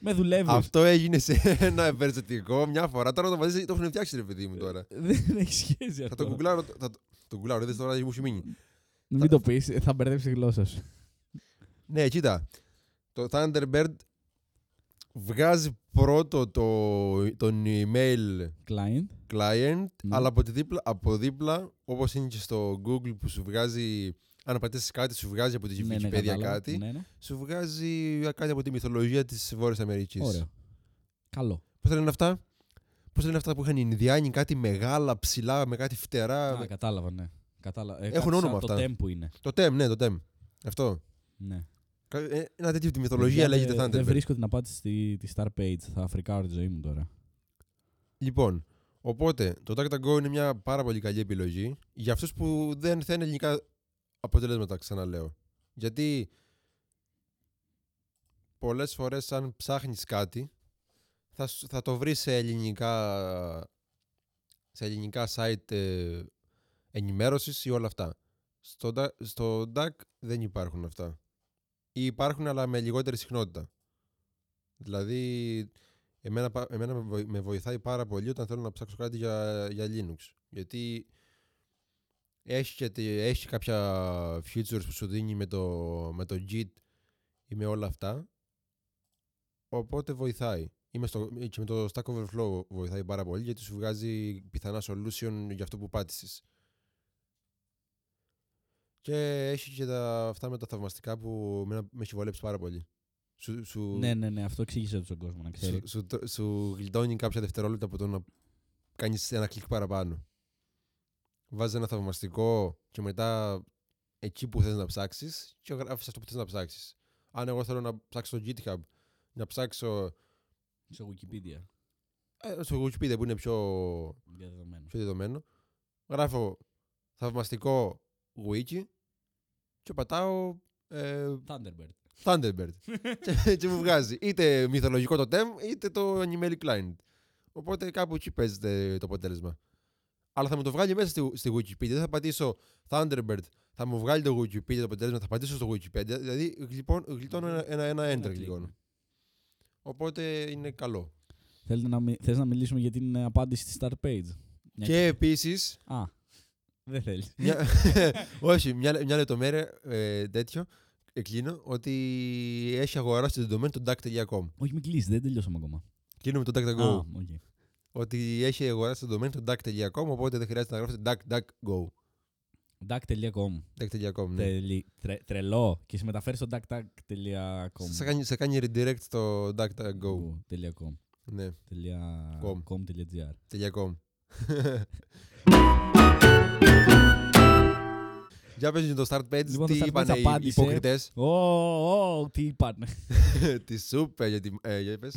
[SPEAKER 2] Με δουλεύεις.
[SPEAKER 1] Αυτό έγινε σε ένα περιστατικό μια φορά. Τώρα το μαζί το έχουν φτιάξει ρε
[SPEAKER 2] Ε,
[SPEAKER 1] παιδί μου τώρα.
[SPEAKER 2] *laughs* Δεν έχει σχέση
[SPEAKER 1] Θα
[SPEAKER 2] αυτό.
[SPEAKER 1] το κουκλάρω. Θα το, το κουκλάρω, είδες τώρα, μου έχει μείνει.
[SPEAKER 2] Μην το πεις, θα μπερδέψει τη γλώσσα σου.
[SPEAKER 1] Ναι, κοίτα. Το Thunderbird βγάζει πρώτο το, τον email
[SPEAKER 2] Client.
[SPEAKER 1] client,
[SPEAKER 2] Ναι.
[SPEAKER 1] αλλά από, τη δίπλα, από δίπλα, όπως είναι και στο Google που σου βγάζει, αν πατήσεις κάτι, σου βγάζει από τη
[SPEAKER 2] Ναι, ναι,
[SPEAKER 1] Wikipedia
[SPEAKER 2] κατάλαβα.
[SPEAKER 1] κάτι,
[SPEAKER 2] Ναι, ναι.
[SPEAKER 1] σου βγάζει κάτι από τη μυθολογία της Βόρειας Αμερικής.
[SPEAKER 2] Ωραίο. Καλό.
[SPEAKER 1] Πώς τα λένε αυτά? Πώς τα λένε αυτά που είχαν οι Ινδιάνοι, κάτι μεγάλα, ψηλά, με κάτι φτερά.
[SPEAKER 2] Α,
[SPEAKER 1] με-
[SPEAKER 2] κατάλαβα, ναι. Κατάλαβα. Ε,
[SPEAKER 1] Έχουν
[SPEAKER 2] κάτι σαν
[SPEAKER 1] όνομα
[SPEAKER 2] Το
[SPEAKER 1] αυτά.
[SPEAKER 2] tempo είναι.
[SPEAKER 1] Το TEM, ναι, το TEM. Αυτό.
[SPEAKER 2] Ναι.
[SPEAKER 1] Κα- ε, Ένα τέτοιο τη μυθολογία
[SPEAKER 2] Παιδιά,
[SPEAKER 1] λέγεται
[SPEAKER 2] δεν- Δεν
[SPEAKER 1] Thunderbird.
[SPEAKER 2] βρίσκω την απάντηση στη, τη Star Page. Θα φρικάρω τη ζωή μου τώρα.
[SPEAKER 1] Λοιπόν, οπότε το Tag Tag Go είναι μια πάρα πολύ καλή επιλογή για αυτούς που δεν θέλουν ελληνικά αποτελέσματα, ξαναλέω. Γιατί πολλές φορές, αν ψάχνεις κάτι, θα, σ- θα το βρεις σε ελληνικά, σε ελληνικά site ε, ενημέρωσης ή όλα αυτά. Στο, Da- στο DAC δεν υπάρχουν αυτά. Ή υπάρχουν, αλλά με λιγότερη συχνότητα. Δηλαδή, Εμένα, πα- εμένα με βοη- με βοηθάει πάρα πολύ όταν θέλω να ψάξω κάτι για, για Linux. Γιατί έχει, και, τη- έχει κάποια features που σου δίνει με το, με το Git ή με όλα αυτά. Οπότε βοηθάει. Είμαι στο, και με το Stack Overflow βοηθάει πάρα πολύ γιατί σου βγάζει πιθανά solution για αυτό που πάτησες. Και έχει και τα, αυτά με τα θαυμαστικά που εμένα με έχει βολέψει πάρα πολύ. Σου, σου,
[SPEAKER 2] Ναι, ναι, ναι, αυτό εξήγησε το στον κόσμο να ξέρει.
[SPEAKER 1] σου, σου, τρο- σου γλιτώνει κάποια δευτερόλεπτα από το να κάνεις ένα κλικ παραπάνω. Βάζεις ένα θαυμαστικό και μετά εκεί που θες να ψάξεις και γράφεις αυτό που θες να ψάξεις. Αν εγώ θέλω να ψάξω στο GitHub, να ψάξω
[SPEAKER 2] Στο Wikipedia.
[SPEAKER 1] ε, στο Wikipedia που είναι πιο
[SPEAKER 2] Για δεδομένο.
[SPEAKER 1] πιο δεδομένο. Γράφω θαυμαστικό wiki και πατάω ε,
[SPEAKER 2] Thunderbird. *laughs*
[SPEAKER 1] Thunderbird. και, και μου βγάζει είτε μυθολογικό το TEM είτε το Animal Client. Οπότε κάπου εκεί παίζεται το αποτέλεσμα. Αλλά θα μου το βγάλει μέσα στη, στη Wikipedia. Δεν θα πατήσω Thunderbird. Θα μου βγάλει το Wikipedia το αποτέλεσμα. Θα πατήσω στο Wikipedia. Δηλαδή γλιτών, γλιτώνω ένα, ένα, ένα
[SPEAKER 2] Ένα
[SPEAKER 1] enter
[SPEAKER 2] κλικ, ναι.
[SPEAKER 1] γλιτώνω. Οπότε είναι καλό.
[SPEAKER 2] Θέλετε να, μι- θες να μιλήσουμε για την ε, απάντηση στη Star Page. Μια-
[SPEAKER 1] Και επίσης
[SPEAKER 2] Α, δεν θέλεις. *laughs*
[SPEAKER 1] Μια- *laughs* Όχι, μια, μια λεπτομέρεια ε, τέτοιο. Εκλείνω ότι έχει αγοράσει το domain του DAC.com.
[SPEAKER 2] Όχι, μην κλείσει, δεν τελειώσαμε ακόμα.
[SPEAKER 1] Κλείνω με το
[SPEAKER 2] Α,
[SPEAKER 1] DAC.go.
[SPEAKER 2] οκ.
[SPEAKER 1] Ότι έχει αγοράσει το domain του DAC.com, οπότε δεν χρειάζεται να γράψετε DAC.go.
[SPEAKER 2] Duck.com.
[SPEAKER 1] DAC.com, ναι.
[SPEAKER 2] Τελει- τρε- Τρελό. Και σε μεταφέρει στο duckduck.com.
[SPEAKER 1] Σε κάνει, σε κάνει redirect στο DAC.go.
[SPEAKER 2] Τελεία.com.
[SPEAKER 1] Ναι,
[SPEAKER 2] Τελεία-
[SPEAKER 1] Com.
[SPEAKER 2] com.gr. *laughs*
[SPEAKER 1] .com. Για πες για το start page,
[SPEAKER 2] Λοιπόν, το
[SPEAKER 1] τι
[SPEAKER 2] start page
[SPEAKER 1] είπαν οι
[SPEAKER 2] απάντησε.
[SPEAKER 1] υποκριτές. *laughs*
[SPEAKER 2] Ω, ω, τι ναι. είπαν.
[SPEAKER 1] Τι σου είπε, γιατί... ε, για πες.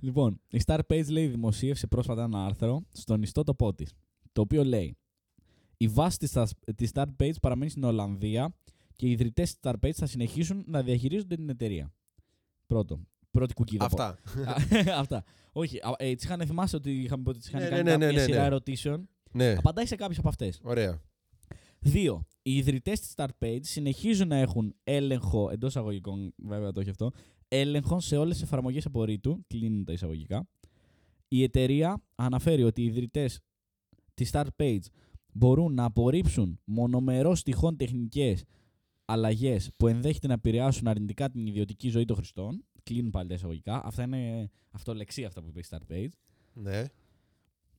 [SPEAKER 2] Λοιπόν, η Star Page λέει δημοσίευσε πρόσφατα ένα άρθρο στον ιστότοπό τη. Το οποίο λέει: Η βάση της Star- της Star Page παραμένει στην Ολλανδία και οι ιδρυτές της Star Page θα συνεχίσουν να διαχειρίζονται την εταιρεία. Πρώτο. Πρώτη κουκίδα.
[SPEAKER 1] Αυτά.
[SPEAKER 2] Α, *laughs* Αυτά. Όχι, α, ε, τις είχαν θυμάσαι ότι είχαμε πει ότι τις είχαν
[SPEAKER 1] Ναι,
[SPEAKER 2] κάνει
[SPEAKER 1] ναι, ναι,
[SPEAKER 2] κάποια
[SPEAKER 1] ναι, ναι.
[SPEAKER 2] σειρά ερωτήσεων.
[SPEAKER 1] Ναι,
[SPEAKER 2] Απαντάει σε κάποιες από αυτές.
[SPEAKER 1] ωραία.
[SPEAKER 2] Δύο. Οι ιδρυτές της Start Page συνεχίζουν να έχουν έλεγχο, εντός αγωγικών βέβαια το έχει αυτό, έλεγχο σε όλες τις εφαρμογές απορρίτου. Κλείνουν τα εισαγωγικά. Η εταιρεία αναφέρει ότι οι ιδρυτές της Start Page μπορούν να απορρίψουν μονομερός τυχόν τεχνικές αλλαγές που ενδέχεται να επηρεάσουν αρνητικά την ιδιωτική ζωή των χρηστών. Κλείνουν πάλι τα εισαγωγικά. Αυτά είναι αυτολεξία αυτά που είπε η Start Page.
[SPEAKER 1] Ναι.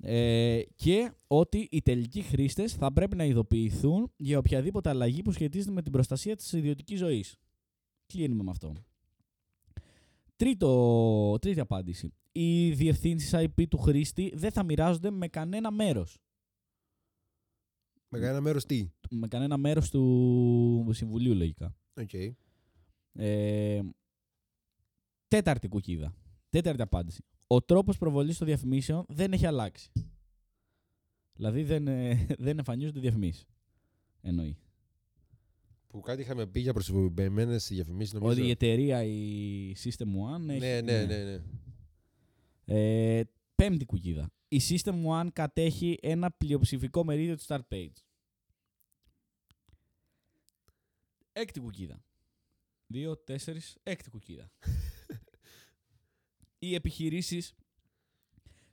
[SPEAKER 2] Ε, και ότι οι τελικοί χρήστες θα πρέπει να ειδοποιηθούν για οποιαδήποτε αλλαγή που σχετίζεται με την προστασία της ιδιωτικής ζωής. Κλείνουμε με αυτό. Τρίτο, τρίτη απάντηση. Οι διευθύνσεις IP του χρήστη δεν θα μοιράζονται με κανένα μέρος.
[SPEAKER 1] Με κανένα μέρος τι.
[SPEAKER 2] Με κανένα μέρος του συμβουλίου, λογικά.
[SPEAKER 1] Οκ.
[SPEAKER 2] Ε, τέταρτη κουκίδα. Τέταρτη απάντηση. Ο τρόπος προβολής των διαφημίσεων δεν έχει αλλάξει. Δηλαδή δεν, ε, *laughs* δεν εμφανίζονται διαφημίσεις. Εννοεί.
[SPEAKER 1] Που κάτι είχαμε πει για προσωπημένε διαφημίσεις, νομίζω.
[SPEAKER 2] Ότι η εταιρεία, η System One. Έχει,
[SPEAKER 1] Ναι, ναι, ναι. ναι.
[SPEAKER 2] Ε, πέμπτη κουκίδα. Η System One κατέχει ένα πλειοψηφικό μερίδιο του Start Page. Έκτη κουκίδα. Δύο, τέσσερις, έκτη κουκίδα. Οι επιχειρήσεις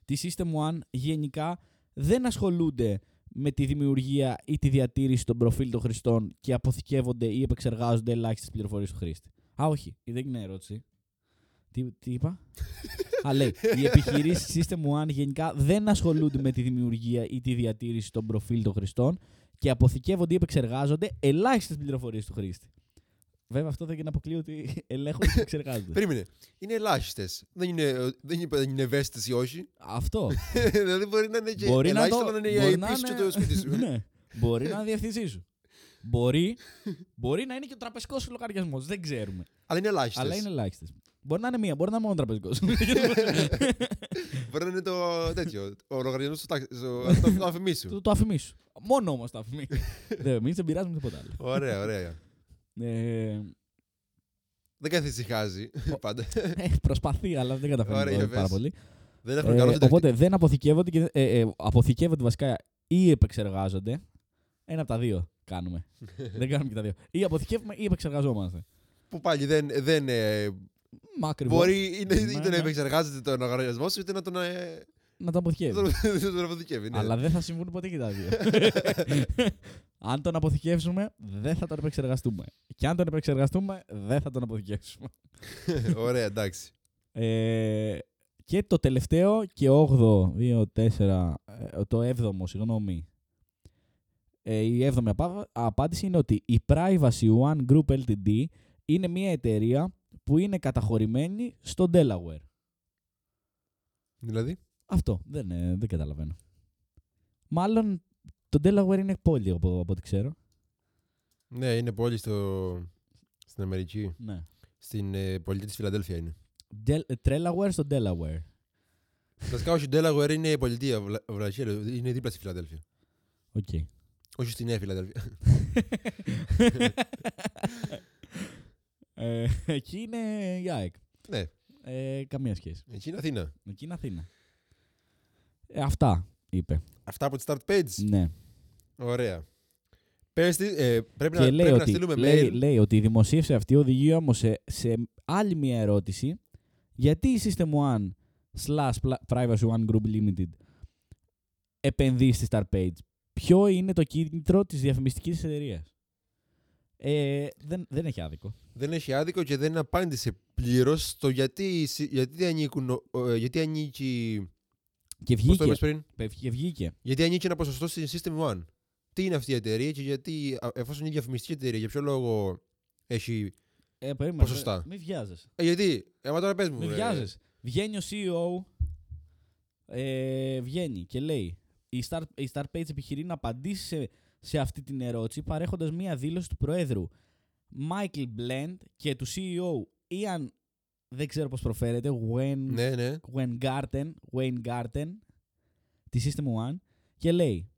[SPEAKER 2] τη System One γενικά δεν ασχολούνται με τη δημιουργία ή τη διατήρηση των προφίλ των χρηστών και αποθηκεύονται ή επεξεργάζονται ελάχιστες πληροφορίες του χρήστη. Α, όχι, δεν είναι ερώτηση. Τι, τι είπα? Α, λέει, οι επιχειρήσεις System One γενικά δεν ασχολούνται με τη δημιουργία ή τη διατήρηση των προφίλ των χρηστών και αποθηκεύονται ή επεξεργάζονται ελάχιστες πληροφορίες του χρήστη. Βέβαια, αυτό δεν αποκλείει ότι ελέγχονται και επεξεργάζονται.
[SPEAKER 1] Ναι. Περίμενε. Είναι ελάχιστες. Δεν είναι, ε, δεν είναι, δεν είναι ευαίσθητες ή όχι. *laughs*
[SPEAKER 2] αυτό.
[SPEAKER 1] δηλαδή μπορεί να είναι και
[SPEAKER 2] μπορεί να
[SPEAKER 1] ελάχιστο
[SPEAKER 2] το...
[SPEAKER 1] να είναι η
[SPEAKER 2] μπορεί *laughs*
[SPEAKER 1] IP σου και το σπίτι σου.
[SPEAKER 2] ναι. Μπορεί να είναι διευθυνσή σου. Μπορεί, μπορεί να είναι και ο τραπεζικός λογαριασμός. Δεν ξέρουμε.
[SPEAKER 1] Αλλά είναι ελάχιστες.
[SPEAKER 2] Αλλά είναι ελάχιστες. Μπορεί να είναι μία, μπορεί να είναι μόνο τραπεζικός.
[SPEAKER 1] *laughs*
[SPEAKER 2] *laughs*
[SPEAKER 1] Μπορεί να είναι το τέτοιο. Ο λογαριασμός του τάξη. *laughs* Το αφημί σου.
[SPEAKER 2] το, το αφημί σου. Μόνο όμως
[SPEAKER 1] *laughs*
[SPEAKER 2] το αφημί. δεν, εμεί δεν πειράζουμε τίποτα άλλο.
[SPEAKER 1] Ωραία, ωραία.
[SPEAKER 2] Ε,
[SPEAKER 1] Δεν καθησυχάζει *laughs* πάντα.
[SPEAKER 2] ε, προσπαθεί, αλλά δεν καταφέρει
[SPEAKER 1] Ωραία,
[SPEAKER 2] πάρα-
[SPEAKER 1] πες.
[SPEAKER 2] πάρα πολύ.
[SPEAKER 1] Δεν έχουν
[SPEAKER 2] Ε,
[SPEAKER 1] καλό
[SPEAKER 2] οπότε δεν αποθηκεύονται, και, ε, ε, αποθηκεύονται βασικά ή επεξεργάζονται. Ένα από τα δύο
[SPEAKER 1] *laughs*
[SPEAKER 2] κάνουμε. δεν κάνουμε και τα δύο. Ή αποθηκεύουμε ή επεξεργαζόμαστε.
[SPEAKER 1] Που πάλι δεν. δεν ε,
[SPEAKER 2] Λοιπόν, Μα ακριβώς.
[SPEAKER 1] μπορεί είναι,
[SPEAKER 2] Ναι,
[SPEAKER 1] είτε να
[SPEAKER 2] ναι.
[SPEAKER 1] επεξεργάζεται τον λογαριασμό σου, είτε να τον. ε,
[SPEAKER 2] να τα αποθηκεύει.
[SPEAKER 1] τον- τον *laughs* αποθηκεύει. ναι.
[SPEAKER 2] Αλλά δεν θα συμβούν ποτέ και τα δύο. αν τον αποθηκεύσουμε, δεν θα τον επεξεργαστούμε. Και αν τον επεξεργαστούμε, δεν θα τον αποθηκεύσουμε.
[SPEAKER 1] Ωραία, εντάξει.
[SPEAKER 2] Ε, και το τελευταίο και 8ο, 2, 4, ε, το 7ο, συγγνώμη. Ε, η 7η απα- απάντηση είναι ότι η Privacy One Group Ltd. είναι μια εταιρεία που είναι καταχωρημένη στο Delaware.
[SPEAKER 1] Δηλαδή.
[SPEAKER 2] Αυτό. Δεν, ε, δεν καταλαβαίνω. Μάλλον το Delaware είναι πόλη από, από ό,τι ξέρω.
[SPEAKER 1] Ναι, είναι πόλη στο, στην Αμερική.
[SPEAKER 2] Ναι.
[SPEAKER 1] Στην ε, πολιτεία της Φιλαδέλφια είναι.
[SPEAKER 2] Del- Τρέλαγουερ στο Delaware.
[SPEAKER 1] Βασικά, όχι, η Delaware είναι η πολιτεία. βλα- βλακεία, λέω, είναι δίπλα στη Φιλαδέλφια.
[SPEAKER 2] Οκ.
[SPEAKER 1] Όχι στη Νέα Φιλαδέλφια. *laughs*
[SPEAKER 2] ε, εκεί είναι η ΑΕΚ.
[SPEAKER 1] Ναι.
[SPEAKER 2] Ε, καμία σχέση.
[SPEAKER 1] Εκεί είναι Αθήνα.
[SPEAKER 2] Εκεί είναι Αθήνα. Ε, αυτά είπε.
[SPEAKER 1] Αυτά από τη start page.
[SPEAKER 2] Ναι.
[SPEAKER 1] Ωραία. Πες τη, ε, πρέπει,
[SPEAKER 2] Και
[SPEAKER 1] να,
[SPEAKER 2] λέει
[SPEAKER 1] πρέπει να
[SPEAKER 2] ότι,
[SPEAKER 1] στείλουμε
[SPEAKER 2] λέει,
[SPEAKER 1] mail.
[SPEAKER 2] λέει ότι η δημοσίευση αυτή οδηγεί όμως σε, σε άλλη μια ερώτηση. Γιατί η System One slash Pla- Privacy One Group Limited επενδύει στη Starpage. Ποιο είναι το κίνητρο της διαφημιστικής εταιρείας. Ε, δεν, δεν έχει άδικο.
[SPEAKER 1] Δεν έχει άδικο και δεν απάντησε πλήρως στο γιατί, η συ- γιατί, ανήκουν, ο- ε, γιατί ανήκει.
[SPEAKER 2] Και
[SPEAKER 1] Πώς το
[SPEAKER 2] βγήκε.
[SPEAKER 1] είπες πριν,
[SPEAKER 2] Πε- Και βγήκε.
[SPEAKER 1] Γιατί ανήκει ένα ποσοστό στην System One. Τι είναι αυτή η εταιρεία και γιατί, α, εφόσον είναι διαφημιστική εταιρεία, για ποιο λόγο έχει.
[SPEAKER 2] Ε, περίμενε.
[SPEAKER 1] Ποσοστά.
[SPEAKER 2] Μην βιάζεσαι.
[SPEAKER 1] Ε, γιατί, ε, μα τώρα πες μου.
[SPEAKER 2] Μην
[SPEAKER 1] ρε.
[SPEAKER 2] βιάζεσαι. Βγαίνει ο CEO, ε, βγαίνει και λέει η, Star, η Starpage επιχειρεί να απαντήσει σε, σε αυτή την ερώτηση παρέχοντας μία δήλωση του Προέδρου Michael Blend και του CEO Ian, δεν ξέρω πώς προφέρεται, Wen,
[SPEAKER 1] Ναι, ναι.
[SPEAKER 2] Wayne Garten, Wayne Garten τη System One και λέει,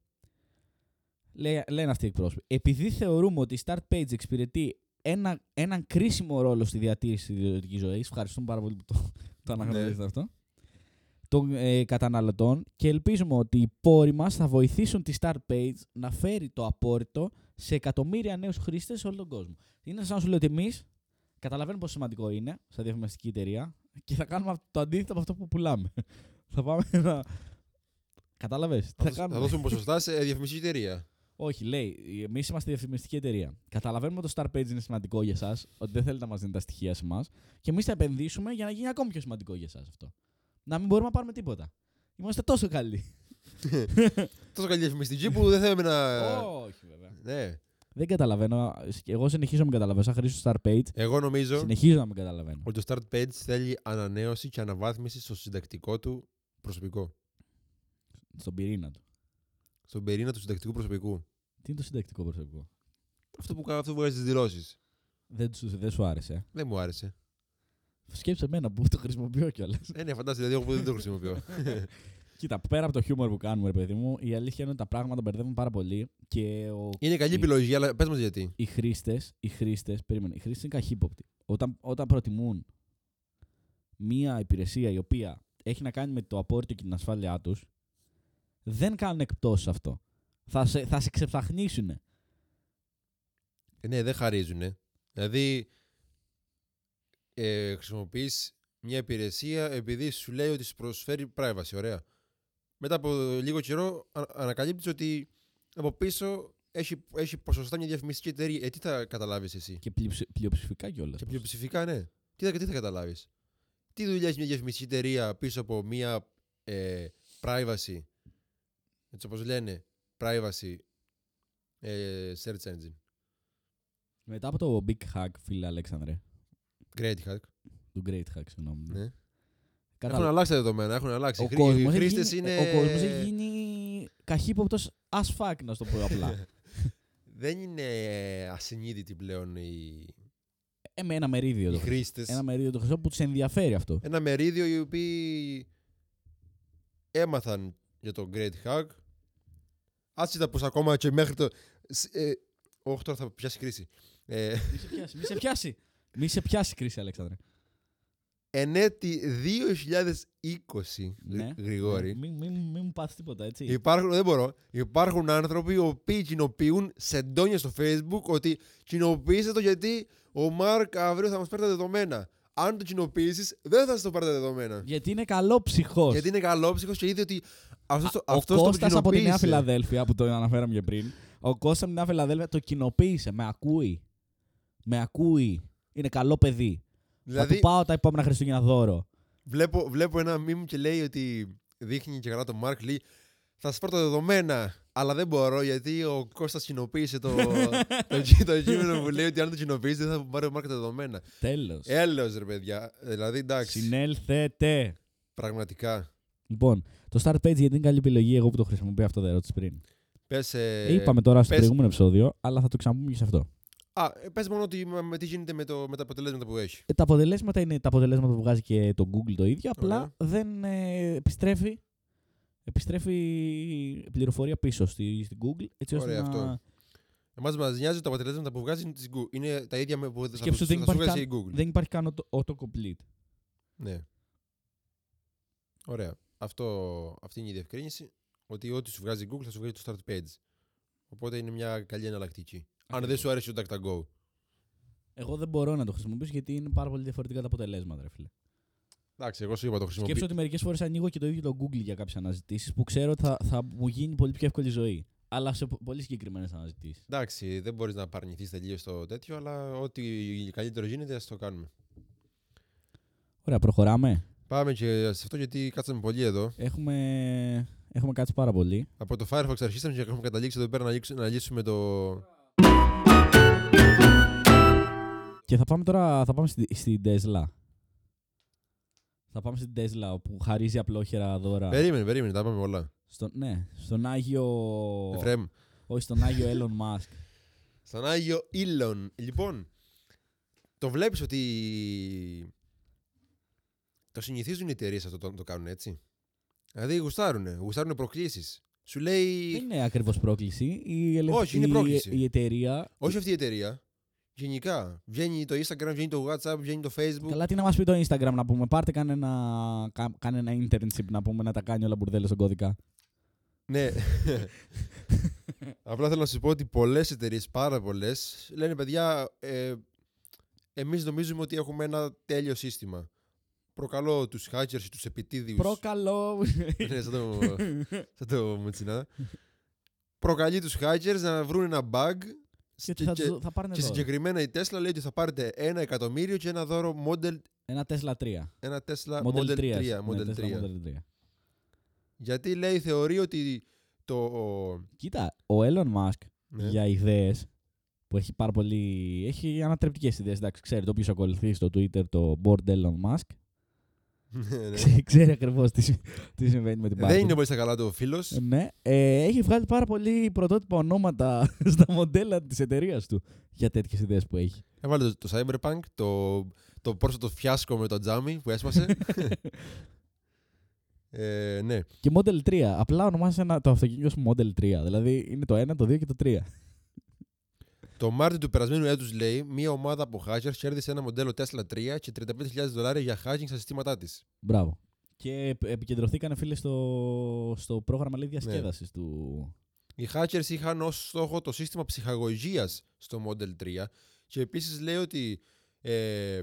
[SPEAKER 2] λέει λένε αυτοί οι εκπρόσωποι επειδή θεωρούμε ότι η Start Page εξυπηρετεί ένα, έναν κρίσιμο ρόλο στη διατήρηση της ιδιωτικής ζωής ευχαριστούμε πάρα πολύ που το, *laughs* το αναγνωρίζετε αυτό των ε, καταναλωτών και ελπίζουμε ότι οι πόροι μας θα βοηθήσουν τη Start Page να φέρει το απόρριτο σε εκατομμύρια νέους χρήστες σε όλο τον κόσμο. Είναι σαν να σου λέω ότι εμείς καταλαβαίνουμε πόσο σημαντικό είναι σαν διαφημιστική εταιρεία και θα κάνουμε το αντίθετο από αυτό που πουλάμε. *laughs* θα πάμε να... Κατάλαβες, τι
[SPEAKER 1] Θα,
[SPEAKER 2] θα
[SPEAKER 1] δώσ- θα
[SPEAKER 2] κάνουμε.
[SPEAKER 1] δώσουμε ποσοστά σε διαφημιστική εταιρεία.
[SPEAKER 2] Όχι, λέει, εμείς είμαστε διαφημιστική εταιρεία. Καταλαβαίνουμε ότι το Star Page είναι σημαντικό για εσάς, ότι δεν θέλετε να μας δίνετε τα στοιχεία σε εμάς και εμείς θα επενδύσουμε για να γίνει ακόμη πιο σημαντικό για εσάς αυτό. Να μην μπορούμε να πάρουμε τίποτα. Είμαστε τόσο καλοί.
[SPEAKER 1] Τόσο καλή διαφημιστική που δεν θέλουμε να.
[SPEAKER 2] Όχι, βέβαια.
[SPEAKER 1] ναι.
[SPEAKER 2] Δεν καταλαβαίνω. Εγώ συνεχίζω να μην καταλαβαίνω. Σαν χρήστη του Star Page,
[SPEAKER 1] Εγώ νομίζω.
[SPEAKER 2] συνεχίζω να μην καταλαβαίνω.
[SPEAKER 1] ότι το Start Page θέλει ανανέωση και αναβάθμιση στο συντακτικό του προσωπικό.
[SPEAKER 2] Στον πυρήνα του.
[SPEAKER 1] Στον πυρήνα του συντακτικού προσωπικού.
[SPEAKER 2] Τι είναι το συντακτικό προσωπικό.
[SPEAKER 1] Αυτό που, κα- αυτό που βγάζεις τις δηλώσεις.
[SPEAKER 2] Δεν, σου- δεν σου άρεσε. ε.
[SPEAKER 1] Δεν μου άρεσε.
[SPEAKER 2] Σκέψε εμένα που το χρησιμοποιώ κιόλας.
[SPEAKER 1] Ε, ναι, φαντάζομαι, δηλαδή εγώ που δεν το χρησιμοποιώ.
[SPEAKER 2] Κοίτα, πέρα από το χιούμορ που κάνουμε, ρε παιδί μου, η αλήθεια είναι ότι τα πράγματα μπερδεύουν πάρα πολύ και ο
[SPEAKER 1] Είναι καλή επιλογή, αλλά πες μας γιατί.
[SPEAKER 2] οι χρήστες, οι χρήστες, περίμενε, οι χρήστες είναι καχύποπτοι. Όταν, όταν προτιμούν μία υπηρεσία η οποία έχει να κάνει με το απόρριτο και την ασφάλειά τους, δεν κάνουν εκπτώσει σε αυτό. Θα σε, θα σε ξεψαχνίσουν.
[SPEAKER 1] Ε, ναι, δεν χαρίζουνε. Δηλαδή, ε, χρησιμοποιείς μια υπηρεσία επειδή σου λέει ότι σου προσφέρει privacy. Ωραία. Μετά από λίγο καιρό ανακαλύπτεις ότι από πίσω έχει, έχει ποσοστά μια διαφημιστική εταιρεία. Ε, τι θα καταλάβεις εσύ.
[SPEAKER 2] Και πλειοψη- πλειοψηφικά κιόλας.
[SPEAKER 1] Και πλειοψηφικά, ναι. Τι θα, τι θα καταλάβεις. Τι δουλειά έχει μια διαφημιστική εταιρεία πίσω από μια ε, privacy. Έτσι όπως λένε, privacy ε, search engine.
[SPEAKER 2] Μετά από το Big Hack, φίλε Αλέξανδρε,
[SPEAKER 1] Great hack.
[SPEAKER 2] του Great Hack, συγγνώμη.
[SPEAKER 1] Ναι. Έχουν
[SPEAKER 2] Κατάλαβα.
[SPEAKER 1] αλλάξει τα δεδομένα, έχουν αλλάξει.
[SPEAKER 2] Ο
[SPEAKER 1] Οι χρή-
[SPEAKER 2] κόσμο
[SPEAKER 1] οι χρήστες
[SPEAKER 2] έχει,
[SPEAKER 1] είναι.
[SPEAKER 2] *laughs* είναι... έχει γίνει καχύποπτος as fuck, να σου το πω απλά.
[SPEAKER 1] δεν είναι ασυνείδητη πλέον η,
[SPEAKER 2] Ε, με ένα μερίδιο
[SPEAKER 1] οι
[SPEAKER 2] το χρυσό.
[SPEAKER 1] χρήστες.
[SPEAKER 2] Ένα
[SPEAKER 1] Ένα...
[SPEAKER 2] μερίδιο το χρυσό που τους ενδιαφέρει αυτό.
[SPEAKER 1] μερίδιο οι οποίοι έμαθαν για τον Great Hack. Άσχετα πως ακόμα και μέχρι το. σ- Ε, όχι, τώρα θα πιάσει κρίση. Ε,
[SPEAKER 2] Μη σε πιάσει, μη σε πιάσει. Μη σε πιάσει, κρίση, Αλέξανδρε.
[SPEAKER 1] εν έτη 2020,
[SPEAKER 2] Ναι.
[SPEAKER 1] Γρηγόρη,
[SPEAKER 2] Μην μη, μη, μη μου πάθεις τίποτα, έτσι.
[SPEAKER 1] Υπάρχουν, δεν μπορώ. Υπάρχουν άνθρωποι οι οποίοι κοινοποιούν σεντόνια στο Facebook ότι κοινοποιήστε το γιατί ο Μάρκ αύριο θα μας πάρει τα δεδομένα. Αν το κοινοποιήσεις, δεν θα σας το πάρει τα δεδομένα.
[SPEAKER 2] Γιατί είναι καλό ψυχός.
[SPEAKER 1] Γιατί είναι καλόψυχο και είδε ότι αυτός το,
[SPEAKER 2] ο
[SPEAKER 1] αυτός το
[SPEAKER 2] Κώστας από τη Νέα
[SPEAKER 1] κοινοποίησε.
[SPEAKER 2] Φιλαδέλφια, που το αναφέραμε και πριν, ο Κώστας από τη Νέα Φιλαδέλφια το κοινοποίησε. Με ακούει. Με ακούει. Είναι καλό παιδί. Θα
[SPEAKER 1] Δηλαδή,
[SPEAKER 2] του πάω τα επόμενα Χριστούγεννα δώρο.
[SPEAKER 1] βλέπω, βλέπω ένα μήνυμα και λέει ότι δείχνει και καλά τον Μάρκ, λέει Θα σας πάρω τα δεδομένα. Αλλά δεν μπορώ γιατί ο Κώστας κοινοποίησε
[SPEAKER 2] *laughs*
[SPEAKER 1] το, το, κεί- το κείμενο που λέει ότι αν το κοινοποιήσει δεν θα πάρει ο Μάρκ τα δεδομένα.
[SPEAKER 2] Τέλος.
[SPEAKER 1] Έλεος ρε παιδιά. Δηλαδή εντάξει.
[SPEAKER 2] Συνέλθετε.
[SPEAKER 1] Πραγματικά.
[SPEAKER 2] Λοιπόν, το Start Page γιατί είναι καλή επιλογή εγώ που το χρησιμοποιώ αυτό δεν ρώτησε πριν.
[SPEAKER 1] Πες,
[SPEAKER 2] Ε,
[SPEAKER 1] ε,
[SPEAKER 2] Είπαμε τώρα στο
[SPEAKER 1] πες-
[SPEAKER 2] προηγούμενο επεισόδιο, αλλά θα το ξαναπούμε και σε αυτό.
[SPEAKER 1] Α, ε, πες μόνο ότι, με, τι γίνεται με, το, με τα αποτελέσματα που έχει.
[SPEAKER 2] Ε, τα αποτελέσματα είναι τα αποτελέσματα που βγάζει και το Google το ίδιο, απλά
[SPEAKER 1] Ωραία.
[SPEAKER 2] δεν ε, επιστρέφει, επιστρέφει πληροφορία πίσω στη, στην Google. Έτσι ώστε
[SPEAKER 1] Ωραία,
[SPEAKER 2] να...
[SPEAKER 1] αυτό. Εμάς μας νοιάζει τα αποτελέσματα που βγάζει είναι, της Google. είναι τα ίδια με που θα,
[SPEAKER 2] Σκέψου
[SPEAKER 1] θα,
[SPEAKER 2] ότι δεν
[SPEAKER 1] σου
[SPEAKER 2] υπάρχει
[SPEAKER 1] βγάζει
[SPEAKER 2] καν,
[SPEAKER 1] η Google.
[SPEAKER 2] δεν υπάρχει καν auto- autocomplete.
[SPEAKER 1] Ναι. Ωραία. Αυτό, αυτή είναι η διευκρίνηση. Ότι ό,τι σου βγάζει η Google θα σου βγάζει το start page. Οπότε είναι μια καλή εναλλακτική. Αν δεν
[SPEAKER 2] Ακριβώς.
[SPEAKER 1] σου άρεσε το DuckDuckGo.
[SPEAKER 2] Εγώ δεν μπορώ να το χρησιμοποιήσω γιατί είναι πάρα πολύ διαφορετικά τα αποτελέσματα, ρε φίλε.
[SPEAKER 1] Εντάξει, εγώ σου είπα το
[SPEAKER 2] Σκέψω
[SPEAKER 1] χρησιμοποιώ.
[SPEAKER 2] ότι μερικές φορές ανοίγω και το ίδιο το Google για κάποιες αναζητήσεις που ξέρω ότι θα, θα μου γίνει πολύ πιο εύκολη η ζωή. Αλλά σε πο- πολύ συγκεκριμένες αναζητήσεις.
[SPEAKER 1] Εντάξει, δεν μπορείς να απαρνηθεί τελείως το τέτοιο, αλλά ό,τι καλύτερο γίνεται, ας το κάνουμε.
[SPEAKER 2] Ωραία, προχωράμε.
[SPEAKER 1] Πάμε και σε αυτό γιατί κάτσαμε πολύ εδώ.
[SPEAKER 2] Έχουμε, έχουμε κάτσει πάρα πολύ.
[SPEAKER 1] Από το Firefox αρχίσαμε και έχουμε καταλήξει εδώ πέρα να, λήξ- να λύσουμε το.
[SPEAKER 2] Και θα πάμε τώρα θα πάμε στην, στην Tesla. Θα πάμε στην Tesla που χαρίζει απλόχερα δώρα.
[SPEAKER 1] Περίμενε, περίμενε, τα πάμε όλα.
[SPEAKER 2] Στο, ναι, στον Άγιο.
[SPEAKER 1] Εφραίμ.
[SPEAKER 2] Όχι, στον Άγιο Elon
[SPEAKER 1] *laughs*
[SPEAKER 2] Musk.
[SPEAKER 1] Στον Άγιο Ήλον. Λοιπόν, το βλέπεις ότι. Το συνηθίζουν οι εταιρείες αυτό το, το κάνουν έτσι. Δηλαδή γουστάρουνε, γουστάρουνε προκλήσεις. Σου λέει.
[SPEAKER 2] Δεν είναι ακριβώς πρόκληση. Η ελε-
[SPEAKER 1] Όχι, είναι
[SPEAKER 2] η-
[SPEAKER 1] πρόκληση.
[SPEAKER 2] Η, εταιρεία.
[SPEAKER 1] Όχι αυτή η εταιρεία. Γενικά. Βγαίνει το Instagram, βγαίνει το WhatsApp, βγαίνει το Facebook.
[SPEAKER 2] Καλά, τι να μας πει το Instagram να πούμε. Πάρτε κανένα, κα- κανένα internship να πούμε να τα κάνει όλα μπουρδέλε στον κώδικα.
[SPEAKER 1] Ναι. Απλά θέλω να σα πω ότι πολλές εταιρείες, πάρα πολλές, λένε παιδιά, ε, εμείς νομίζουμε ότι έχουμε ένα τέλειο σύστημα. Προκαλώ τους hackers ή τους επιτίδιους. *laughs*
[SPEAKER 2] Προκαλώ.
[SPEAKER 1] ναι, σαν το, σαν το Μουτσινά. Προκαλεί τους hackers να βρουν ένα bug.
[SPEAKER 2] και
[SPEAKER 1] και,
[SPEAKER 2] θα,
[SPEAKER 1] και-
[SPEAKER 2] τους- θα πάρουν
[SPEAKER 1] και
[SPEAKER 2] δώρο.
[SPEAKER 1] συγκεκριμένα η Tesla λέει ότι θα πάρετε ένα εκατομμύριο και ένα δώρο Model,
[SPEAKER 2] Ένα Tesla 3.
[SPEAKER 1] ένα Tesla
[SPEAKER 2] Model 3.
[SPEAKER 1] Model
[SPEAKER 2] Ναι,
[SPEAKER 1] 3.
[SPEAKER 2] Tesla Model 3.
[SPEAKER 1] Γιατί λέει, θεωρεί ότι το.
[SPEAKER 2] Κοίτα, ο Elon Musk
[SPEAKER 1] ναι.
[SPEAKER 2] για ιδέες που έχει πάρα πολύ. Έχει ανατρεπτικές ιδέες. Εντάξει, ξέρετε, όποιο ακολουθεί στο Twitter το board Elon Musk,
[SPEAKER 1] Ναι, ναι.
[SPEAKER 2] ξέρει- ξέρει ακριβώς τι, συ- τι συμβαίνει με την πάρτη.
[SPEAKER 1] Ε, Δεν είναι πολύ στα καλά του ο φίλος.
[SPEAKER 2] Ναι, ε, έχει βγάλει πάρα πολύ πρωτότυπα ονόματα *laughs* στα μοντέλα της εταιρείας του για τέτοιες ιδέες που έχει.
[SPEAKER 1] Έβαλε το, το Cyberpunk, το, το πρόσφατο φιάσκο με το τζάμι που
[SPEAKER 2] *laughs*
[SPEAKER 1] έσπασε. ε, ναι.
[SPEAKER 2] Και Model 3. Απλά ονομάζει ένα, το αυτοκίνητο σου Model 3. Δηλαδή είναι το 1, το 2 και το 3.
[SPEAKER 1] Το Μάρτιο του περασμένου έτους λέει: Μία ομάδα από hackers κέρδισε ένα μοντέλο Tesla 3 και 35.000 δολάρια για hacking στα συστήματά της.
[SPEAKER 2] Μπράβο. Και επ- επικεντρωθήκανε φίλε στο, στο πρόγραμμα λέει,
[SPEAKER 1] Ναι.
[SPEAKER 2] διασκέδασης του.
[SPEAKER 1] Οι hackers είχαν ως στόχο το σύστημα ψυχαγωγίας στο Model 3 και επίσης λέει ότι ε,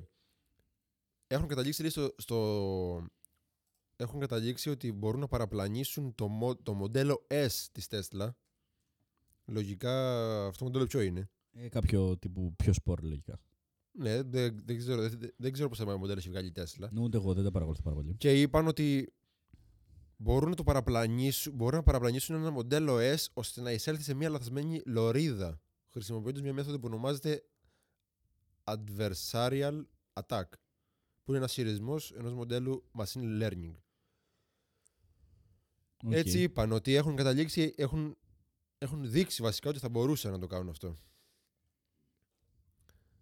[SPEAKER 1] έχουν καταλήξει λέει, στο, στο- Έχουν καταλήξει ότι μπορούν να παραπλανήσουν το, μο- το μοντέλο S της Tesla. Λογικά αυτό το μοντέλο ποιο είναι.
[SPEAKER 2] Ε, κάποιο τύπου πιο σπορ λογικά.
[SPEAKER 1] Ναι, δεν, δεν ξέρω, δεν, δεν ξέρω πόσα μοντέλα έχει βγάλει η Tesla.
[SPEAKER 2] Ναι, ούτε εγώ δεν τα παρακολουθώ πάρα πολύ.
[SPEAKER 1] Και είπαν ότι μπορούν να το παραπλανήσουν, μπορούν να παραπλανήσουν ένα μοντέλο S ώστε να εισέλθει σε μια λαθασμένη λωρίδα χρησιμοποιώντας μια μέθοδο που ονομάζεται adversarial attack που είναι ένας χειρισμός ενός μοντέλου machine learning.
[SPEAKER 2] Οκ.
[SPEAKER 1] Έτσι είπαν ότι έχουν καταλήξει, έχουν έχουν δείξει βασικά ότι θα μπορούσαν να το κάνουν αυτό.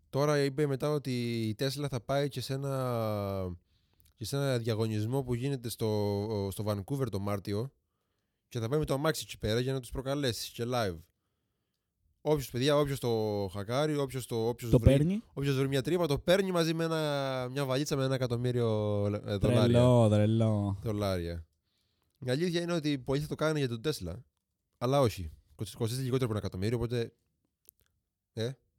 [SPEAKER 1] Τώρα είπε μετά ότι η Τέσλα θα πάει και σε ένα, και σε ένα διαγωνισμό που γίνεται στο, στο Vancouver το Μάρτιο και θα πάει με το αμάξι εκεί πέρα για να τους προκαλέσεις και live. Όποιος παιδιά, όποιος το χακάρει, όποιος, το, όποιος,
[SPEAKER 2] Το
[SPEAKER 1] βρει,
[SPEAKER 2] παίρνει.
[SPEAKER 1] όποιος βρει μια τρύπα, το παίρνει μαζί με ένα, μια βαλίτσα με ένα εκατομμύριο ε, δολάρια.
[SPEAKER 2] Τρελό, τρελό.
[SPEAKER 1] δολάρια. Η αλήθεια είναι ότι πολλοί θα το κάνουν για τον Τέσλα. Αλλά όχι. Κοστίζει- Κοστίζει λιγότερο από ένα εκατομμύριο, οπότε,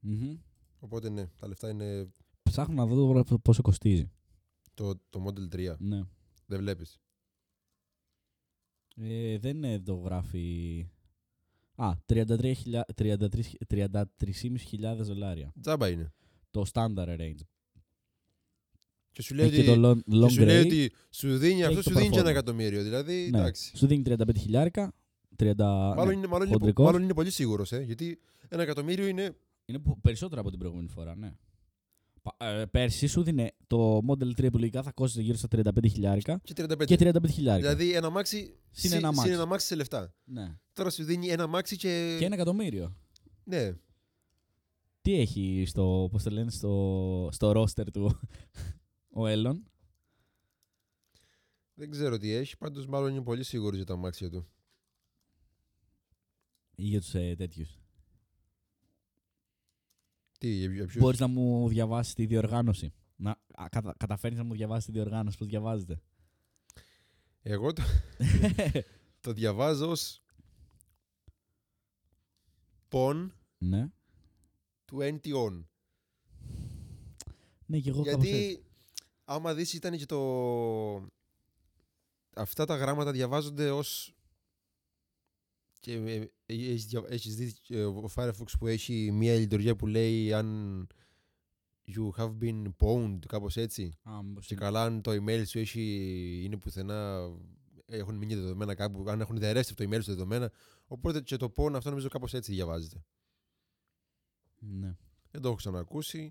[SPEAKER 2] Μμμ.
[SPEAKER 1] οπότε ναι, τα λεφτά είναι
[SPEAKER 2] Ψάχνω να δω τώρα πόσο κοστίζει.
[SPEAKER 1] το, το Model 3.
[SPEAKER 2] Ναι.
[SPEAKER 1] Δεν βλέπεις.
[SPEAKER 2] Ε, δεν ε, το γράφει. Α, 33.000 33 33.500 δολάρια.
[SPEAKER 1] Τζάμπα είναι.
[SPEAKER 2] Το standard range.
[SPEAKER 1] Και σου λέει,
[SPEAKER 2] Έχει
[SPEAKER 1] ότι,
[SPEAKER 2] Ε, και το long,
[SPEAKER 1] και
[SPEAKER 2] long
[SPEAKER 1] σου λέει
[SPEAKER 2] range.
[SPEAKER 1] ότι σου δίνει
[SPEAKER 2] και
[SPEAKER 1] αυτό,
[SPEAKER 2] έχει
[SPEAKER 1] σου
[SPEAKER 2] το
[SPEAKER 1] δίνει και ένα
[SPEAKER 2] performance.
[SPEAKER 1] εκατομμύριο. Δηλαδή,
[SPEAKER 2] Ναι.
[SPEAKER 1] εντάξει.
[SPEAKER 2] Σου δίνει 35 χιλιάρικα. 30...
[SPEAKER 1] Μάλλον,
[SPEAKER 2] ναι.
[SPEAKER 1] είναι, μάλλον, είναι,
[SPEAKER 2] χοντρικός.
[SPEAKER 1] μάλλον είναι πολύ σίγουρος, ε, γιατί ένα εκατομμύριο είναι.
[SPEAKER 2] Είναι που- περισσότερο από την προηγούμενη φορά, ναι. Πα- ε, πέρσι σου δίνε το Model 3 που λογικά θα κόστιζε γύρω στα 35 χιλιάρικα
[SPEAKER 1] Και 35.
[SPEAKER 2] και 35 χιλιάρικα.
[SPEAKER 1] Ε, δηλαδή, ένα μάξι.
[SPEAKER 2] Συν
[SPEAKER 1] συ-
[SPEAKER 2] ένα μάξι.
[SPEAKER 1] Συν ένα μάξι σε λεφτά.
[SPEAKER 2] Ναι.
[SPEAKER 1] Τώρα σου δίνει ένα μάξι και.
[SPEAKER 2] Και ένα εκατομμύριο.
[SPEAKER 1] Ναι.
[SPEAKER 2] Τι έχει στο, πώς το λένε, στο, στο roster του *laughs* ο Έλλον.
[SPEAKER 1] Δεν ξέρω τι έχει. Πάντως, μάλλον είναι πολύ σίγουρος για τα μάξια του.
[SPEAKER 2] ή για τους ε, τέτοιους.
[SPEAKER 1] Τι, για, για ποιους?
[SPEAKER 2] Μπορείς να μου διαβάσεις τη διοργάνωση. Να, α, κατα, καταφέρεις να μου διαβάσεις τη διοργάνωση, πώς
[SPEAKER 1] *laughs*
[SPEAKER 2] διαβάζεται.
[SPEAKER 1] Εγώ το, το διαβάζω ως Pon
[SPEAKER 2] ναι.
[SPEAKER 1] 20 on.
[SPEAKER 2] Ναι, και εγώ κάπως έτσι.
[SPEAKER 1] Γιατί άμα δεις ήταν και το... Αυτά τα γράμματα διαβάζονται ως... Και ε, ε, έχεις, δια- έχεις δει ε, ο Firefox που έχει μια λειτουργία που λέει αν you have been pwned, κάπως έτσι.
[SPEAKER 2] Α, μήπως
[SPEAKER 1] Και
[SPEAKER 2] είναι-
[SPEAKER 1] καλά αν το email σου έχει, είναι πουθενά, έχουν μείνει δεδομένα κάπου, αν έχουν διαρρεύσει από το email σου δεδομένα. Οπότε και το πόνο αυτό νομίζω κάπως έτσι διαβάζεται.
[SPEAKER 2] Ναι.
[SPEAKER 1] Δεν το έχω ξανακούσει.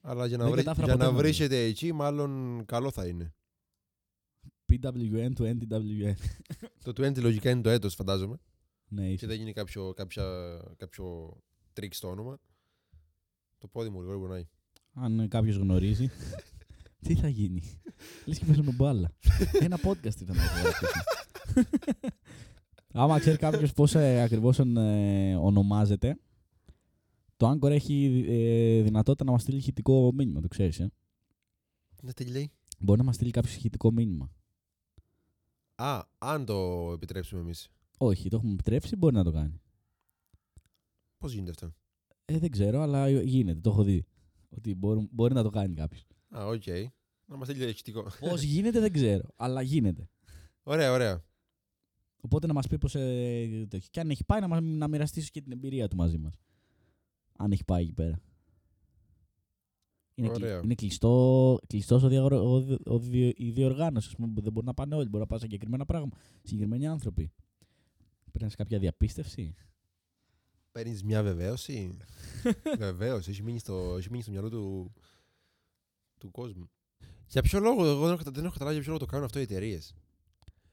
[SPEAKER 1] Αλλά για να,
[SPEAKER 2] Δεν
[SPEAKER 1] βρει,
[SPEAKER 2] κατάφερα
[SPEAKER 1] για
[SPEAKER 2] ποτέ
[SPEAKER 1] να
[SPEAKER 2] να βρω.
[SPEAKER 1] βρίσκεται εκεί, μάλλον καλό θα είναι.
[SPEAKER 2] PWN to NTWN.
[SPEAKER 1] Το 20 λογικά είναι το έτος φαντάζομαι.
[SPEAKER 2] ναι,
[SPEAKER 1] Και
[SPEAKER 2] ίσως.
[SPEAKER 1] δεν γίνει κάποιο, κάποια, κάποιο τρίκ στο όνομα. Το πόδι μου λίγο πονάει.
[SPEAKER 2] Αν κάποιος
[SPEAKER 1] *laughs*
[SPEAKER 2] γνωρίζει, τι θα γίνει. Λες και παίζουμε μπάλα.
[SPEAKER 1] *laughs*
[SPEAKER 2] Ένα podcast ήταν αυτό. Άμα ξέρει κάποιος πώς ακριβώς ε, ονομάζεται, το Anchor έχει ε, δυνατότητα να μας στείλει ηχητικό μήνυμα, το ξέρεις. Ε.
[SPEAKER 1] Ναι, τι λέει.
[SPEAKER 2] Μπορεί να μας στείλει κάποιος ηχητικό μήνυμα.
[SPEAKER 1] Α, αν το επιτρέψουμε εμείς.
[SPEAKER 2] Όχι, το έχουμε επιτρέψει, μπορεί να το κάνει.
[SPEAKER 1] Πώς γίνεται αυτό.
[SPEAKER 2] Ε, δεν ξέρω, αλλά γίνεται, το έχω δει. Ότι μπορεί, μπορεί να το κάνει κάποιος.
[SPEAKER 1] Α, οκ. Να μας στείλει ηχητικό.
[SPEAKER 2] Πώς γίνεται, δεν ξέρω, αλλά γίνεται.
[SPEAKER 1] Ωραία, ωραία.
[SPEAKER 2] Οπότε να μας πει πώς. Ε, τέτοιο. και αν έχει πάει, να, μας, να μοιραστεί ίσως και την εμπειρία του μαζί μας. Αν έχει πάει εκεί πέρα. Είναι, κλει-
[SPEAKER 1] Ωραία.
[SPEAKER 2] είναι κλειστό κλειστός ο διαγρο- ο δι- ο δι- η διοργάνωση. ας πούμε, που Δεν μπορεί να πάνε όλοι. Μπορεί να πάνε σε συγκεκριμένα πράγματα. Συγκεκριμένοι άνθρωποι. Παίρνεις κάποια διαπίστευση.
[SPEAKER 1] Παίρνεις μια
[SPEAKER 2] *laughs*
[SPEAKER 1] βεβαίωση. Βεβαίω, έχει, μείνει στο- έχει μείνει στο μυαλό του, του κόσμου. Για ποιο λόγο, εγώ δεν έχω, κατα- δεν έχω καταλάβει για ποιο λόγο το κάνουν αυτό οι εταιρείες.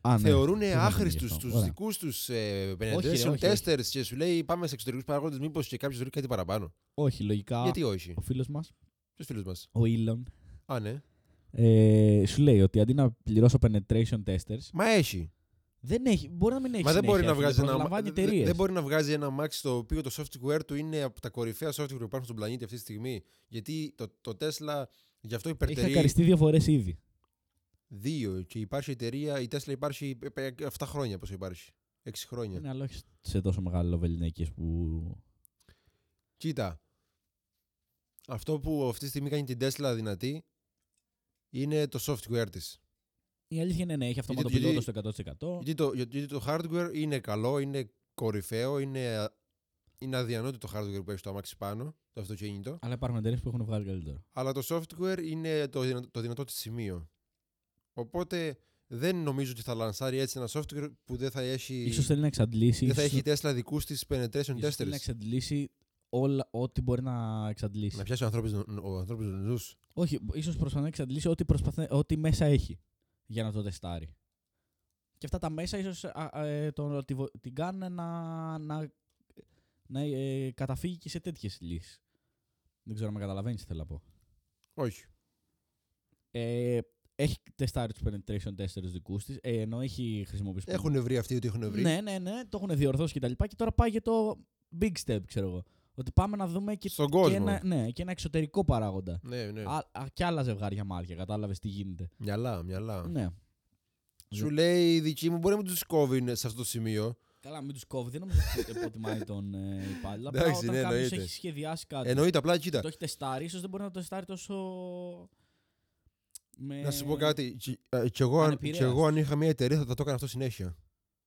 [SPEAKER 2] Α, ναι.
[SPEAKER 1] Θεωρούν
[SPEAKER 2] Τι να γίνει
[SPEAKER 1] άχρηστου
[SPEAKER 2] γι' αυτό.
[SPEAKER 1] τους
[SPEAKER 2] Ωραία.
[SPEAKER 1] δικούς τους
[SPEAKER 2] όχι,
[SPEAKER 1] penetration
[SPEAKER 2] όχι.
[SPEAKER 1] testers ε, και σου λέει πάμε σε εξωτερικούς παραγόντε. Μήπως και κάποιος βρει κάτι παραπάνω.
[SPEAKER 2] Όχι, λογικά.
[SPEAKER 1] Γιατί όχι.
[SPEAKER 2] Ο φίλος μας,
[SPEAKER 1] Ποιος φίλος μας.
[SPEAKER 2] ο Elon,
[SPEAKER 1] Α, ναι.
[SPEAKER 2] ε, σου λέει ότι αντί να πληρώσω penetration testers,
[SPEAKER 1] Μα έχει.
[SPEAKER 2] δεν έχει, μπορεί να μην έχει
[SPEAKER 1] Μα δεν
[SPEAKER 2] συνέχεια,
[SPEAKER 1] μπορεί, να βγάζει ένα, μα-
[SPEAKER 2] προσλαμβάνει
[SPEAKER 1] δε- δε-
[SPEAKER 2] εταιρείες.
[SPEAKER 1] δεν μπορεί να βγάζει ένα Mac στο οποίο το software του είναι από τα κορυφαία software που υπάρχουν στον πλανήτη αυτή τη στιγμή. Γιατί το, το Tesla γι' αυτό
[SPEAKER 2] Έχει
[SPEAKER 1] υπερτερεί
[SPEAKER 2] χακαριστεί δύο φορές ήδη.
[SPEAKER 1] Δύο. Και υπάρχει εταιρεία, η Tesla υπάρχει 7 χρόνια πόσο υπάρχει. 6 χρόνια.
[SPEAKER 2] Ναι, αλλά όχι σε τόσο μεγάλο βεληνικέ που.
[SPEAKER 1] Κοίτα. Αυτό που αυτή τη στιγμή κάνει την Tesla δυνατή είναι το software της.
[SPEAKER 2] Η αλήθεια είναι ναι, έχει
[SPEAKER 1] γιατί-
[SPEAKER 2] αυτοματοποιητό στο 100%.
[SPEAKER 1] Γιατί το, γιατί το hardware είναι καλό, είναι κορυφαίο, είναι, είναι αδιανόητο το hardware που έχει το αμάξι πάνω, το αυτοκίνητο.
[SPEAKER 2] Αλλά υπάρχουν εταιρείες που έχουν βγάλει καλύτερο.
[SPEAKER 1] Αλλά το software είναι το δυνατό, το δυνατό της σημείο. Οπότε δεν νομίζω ότι θα λανσάρει έτσι ένα software που δεν θα έχει,
[SPEAKER 2] σω θέλει να εξαντλήσει.
[SPEAKER 1] δεν θα
[SPEAKER 2] ίσως-
[SPEAKER 1] έχει η Tesla δικούς της penetration
[SPEAKER 2] ίσως θέλει
[SPEAKER 1] testers.
[SPEAKER 2] να εξαντλήσει όλα, ό,τι μπορεί να εξαντλήσει.
[SPEAKER 1] Να πιάσει ο ανθρώπινο νου.
[SPEAKER 2] Όχι, ίσως προσπαθεί να εξαντλήσει ό,τι, προσπαθεί, ό,τι μέσα έχει για να το τεστάρει. και αυτά τα μέσα ίσως α, α, ε, τον, τη βο- την κάνουν να, να, να ε, καταφύγει και σε τέτοιες λύσεις. Δεν ξέρω αν με καταλαβαίνεις τι θέλω να πω.
[SPEAKER 1] Όχι.
[SPEAKER 2] Λοιπόν. Ε, έχει τεστάρει τους penetration testers δικούς της, ε, ενώ έχει χρησιμοποιήσει.
[SPEAKER 1] Έχουν βρει αυτοί ότι έχουν βρει.
[SPEAKER 2] Ναι, ναι, ναι, το έχουν διορθώσει και τα λοιπά. Και τώρα πάει για το big step, ξέρω εγώ. Ότι πάμε να δούμε και,
[SPEAKER 1] Στον
[SPEAKER 2] και,
[SPEAKER 1] κόσμο.
[SPEAKER 2] ένα, ναι, και ένα εξωτερικό παράγοντα.
[SPEAKER 1] Ναι, ναι.
[SPEAKER 2] Α, α, και άλλα ζευγάρια μάρια, κατάλαβες τι γίνεται.
[SPEAKER 1] Μυαλά, μυαλά.
[SPEAKER 2] Ναι.
[SPEAKER 1] Σου λέει η δική μου μπορεί να μην τους κόβει σε αυτό το σημείο.
[SPEAKER 2] Καλά, μην τους κόβει, δεν νομίζω ότι υποτιμάει τον ε, υπάλληλο. Απλά
[SPEAKER 1] Εντάξει,
[SPEAKER 2] όταν
[SPEAKER 1] ναι,
[SPEAKER 2] κάποιος
[SPEAKER 1] εννοείται.
[SPEAKER 2] έχει σχεδιάσει κάτι.
[SPEAKER 1] Εννοείται, απλά
[SPEAKER 2] και
[SPEAKER 1] κοίτα.
[SPEAKER 2] Το έχει τεστάρει, ίσως δεν μπορεί να το τεστάρει τόσο. με-
[SPEAKER 1] Να σου πω κάτι. Κι, ε, κι εγώ, αν, κι
[SPEAKER 2] Ανεπηρέαστος.
[SPEAKER 1] εγώ αν είχα μια εταιρεία θα το έκανα αυτό συνέχεια.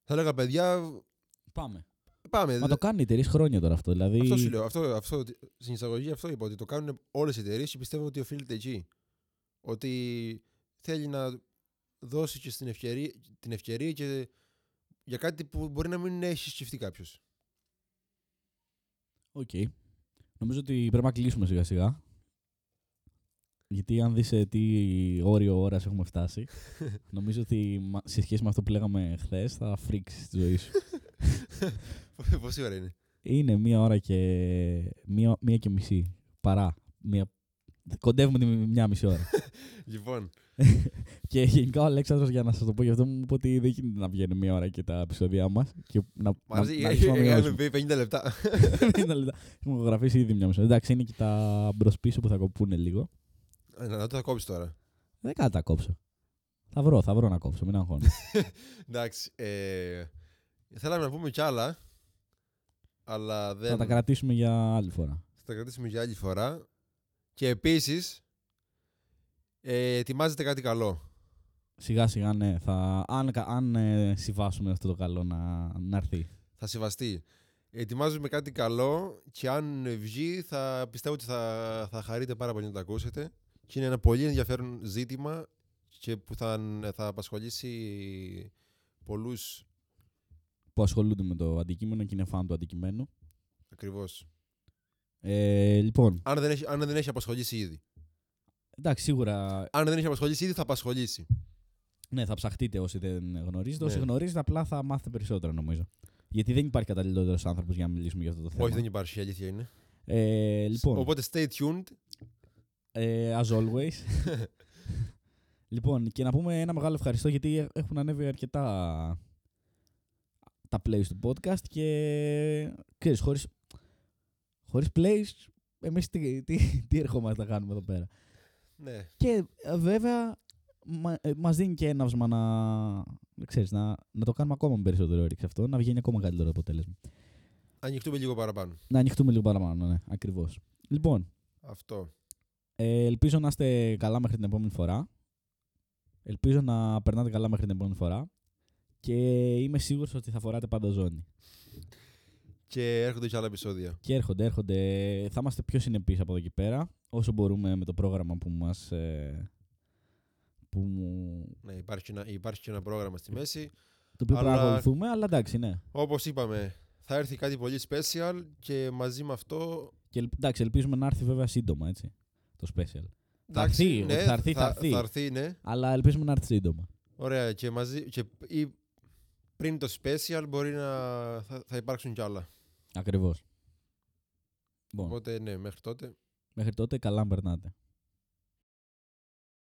[SPEAKER 1] Θα έλεγα παιδιά,
[SPEAKER 2] Πάμε.
[SPEAKER 1] πάμε.
[SPEAKER 2] Μα το κάνουν οι εταιρείες χρόνια τώρα αυτό. Δηλαδή...
[SPEAKER 1] Αυτό σου λέω. Αυτό, αυτό, στην εισαγωγή αυτό είπα ότι το κάνουν όλες οι εταιρείες και πιστεύω ότι οφείλεται εκεί. Ότι θέλει να δώσει και στην ευκαιρία, την ευκαιρία και για κάτι που μπορεί να μην έχει σκεφτεί κάποιος.
[SPEAKER 2] Οκ. Νομίζω ότι πρέπει να κλείσουμε σιγά σιγά. Γιατί αν δεις ε, τι όριο ώρας έχουμε φτάσει, νομίζω ότι μα- σε σχέση με αυτό που λέγαμε χθες θα φρίξεις τη ζωή σου.
[SPEAKER 1] Πόση ώρα είναι.
[SPEAKER 2] Είναι μία ώρα και μία, μία και μισή παρά. Μία... Κοντεύουμε τη μία μισή ώρα.
[SPEAKER 1] Λοιπόν,
[SPEAKER 2] και γενικά ο Αλέξανδρος, για να σας το πω γι' αυτό, μου είπε ότι δεν γίνεται να βγαίνει μία ώρα και τα επεισόδια μας. Και να, να,
[SPEAKER 1] μαζί ε,
[SPEAKER 2] να αρχίσουμε
[SPEAKER 1] *laughs*
[SPEAKER 2] να
[SPEAKER 1] είχαμε
[SPEAKER 2] μειώσουμε.
[SPEAKER 1] πει 50 λεπτά.
[SPEAKER 2] 50 λεπτά. *laughs* Έχουμε γραφήσει ήδη μία μισή ώρα. Εντάξει, είναι και τα μπροσπίσω που θα κοπούνε λίγο.
[SPEAKER 1] Ε, Να να το θα κόψει τώρα.
[SPEAKER 2] Δεν κάνω να τα κόψω. Θα βρω, θα βρω να κόψω, μην αγχώνω.
[SPEAKER 1] Εντάξει. Ε, θέλαμε να πούμε κι άλλα. Αλλά δεν.
[SPEAKER 2] θα τα κρατήσουμε για άλλη φορά.
[SPEAKER 1] Θα τα κρατήσουμε για άλλη φορά. Και επίσης. Ε, ετοιμάζετε κάτι καλό.
[SPEAKER 2] Σιγά σιγά, ναι. Θα, αν κα- αν ε, συμβάσουμε αυτό το καλό να, να έρθει.
[SPEAKER 1] Θα συμβαστεί. Ετοιμάζουμε κάτι καλό και αν βγει θα πιστεύω ότι θα, θα χαρείτε πάρα πολύ να το ακούσετε. Και είναι ένα πολύ ενδιαφέρον ζήτημα και που θα, θα απασχολήσει πολλούς
[SPEAKER 2] Που ασχολούνται με το αντικείμενο και είναι φαν του αντικειμένου.
[SPEAKER 1] ακριβώς.
[SPEAKER 2] Ε, λοιπόν,
[SPEAKER 1] Αν δεν, έχει, αν δεν έχει απασχολήσει ήδη.
[SPEAKER 2] εντάξει, σίγουρα
[SPEAKER 1] Αν δεν έχει απασχολήσει ήδη θα απασχολήσει.
[SPEAKER 2] ναι, θα ψαχτείτε όσοι δεν γνωρίζετε. Όσοι
[SPEAKER 1] Ναι.
[SPEAKER 2] γνωρίζετε, απλά θα μάθετε περισσότερα νομίζω. Γιατί δεν υπάρχει καταλληλότερος άνθρωπος για να μιλήσουμε για αυτό το θέμα.
[SPEAKER 1] Όχι δεν υπάρχει, η αλήθεια είναι.
[SPEAKER 2] ε, λοιπόν,
[SPEAKER 1] Οπότε stay tuned.
[SPEAKER 2] Ε, as always. λοιπόν, και να πούμε ένα μεγάλο ευχαριστώ γιατί έχουν ανέβει αρκετά τα plays του podcast και ξέρεις, χωρίς, χωρίς plays εμείς τι, τι, τι ερχόμαστε να κάνουμε εδώ πέρα.
[SPEAKER 1] Ναι.
[SPEAKER 2] Και ε, βέβαια μα, ε, μας δίνει και έναυσμα να, ξέρεις, να, να το κάνουμε ακόμα με περισσότερο όρεξη αυτό, να βγαίνει ακόμα καλύτερο αποτέλεσμα.
[SPEAKER 1] Ανοιχτούμε λίγο παραπάνω.
[SPEAKER 2] Να ανοιχτούμε λίγο παραπάνω, ναι, ακριβώς. Λοιπόν,
[SPEAKER 1] Αυτό.
[SPEAKER 2] Ε, ελπίζω να είστε καλά μέχρι την επόμενη φορά. Ελπίζω να περνάτε καλά μέχρι την επόμενη φορά. Και είμαι σίγουρος ότι θα φοράτε πάντα ζώνη.
[SPEAKER 1] Και έρχονται και άλλα επεισόδια.
[SPEAKER 2] Και έρχονται, έρχονται. Θα είμαστε πιο συνεπείς από εδώ και πέρα. Όσο μπορούμε με το πρόγραμμα που μας... ε, που, μου-
[SPEAKER 1] Ναι, υπάρχει, και ένα, υπάρχει και ένα πρόγραμμα στη μέση.
[SPEAKER 2] το οποίο
[SPEAKER 1] Αλλά-
[SPEAKER 2] παρακολουθούμε, αλλά εντάξει, ναι.
[SPEAKER 1] Όπως είπαμε, θα έρθει κάτι πολύ special και μαζί με αυτό...
[SPEAKER 2] Και ελπ- εντάξει, ελπίζουμε να έρθει βέβαια σύντομα, έτσι, το special. Θα
[SPEAKER 1] εντάξει,
[SPEAKER 2] έρθει,
[SPEAKER 1] ναι,
[SPEAKER 2] θα έρθει, θα έρθει.
[SPEAKER 1] θα έρθει, ναι.
[SPEAKER 2] Αλλά ελπίζουμε να έρθει σύντομα.
[SPEAKER 1] Ωραία, και, μαζί, και ή, πριν το special μπορεί να θα, θα υπάρξουν κι άλλα.
[SPEAKER 2] Ακριβώς. Λοιπόν,
[SPEAKER 1] Οπότε ναι, μέχρι τότε.
[SPEAKER 2] μέχρι τότε καλά να περνάτε.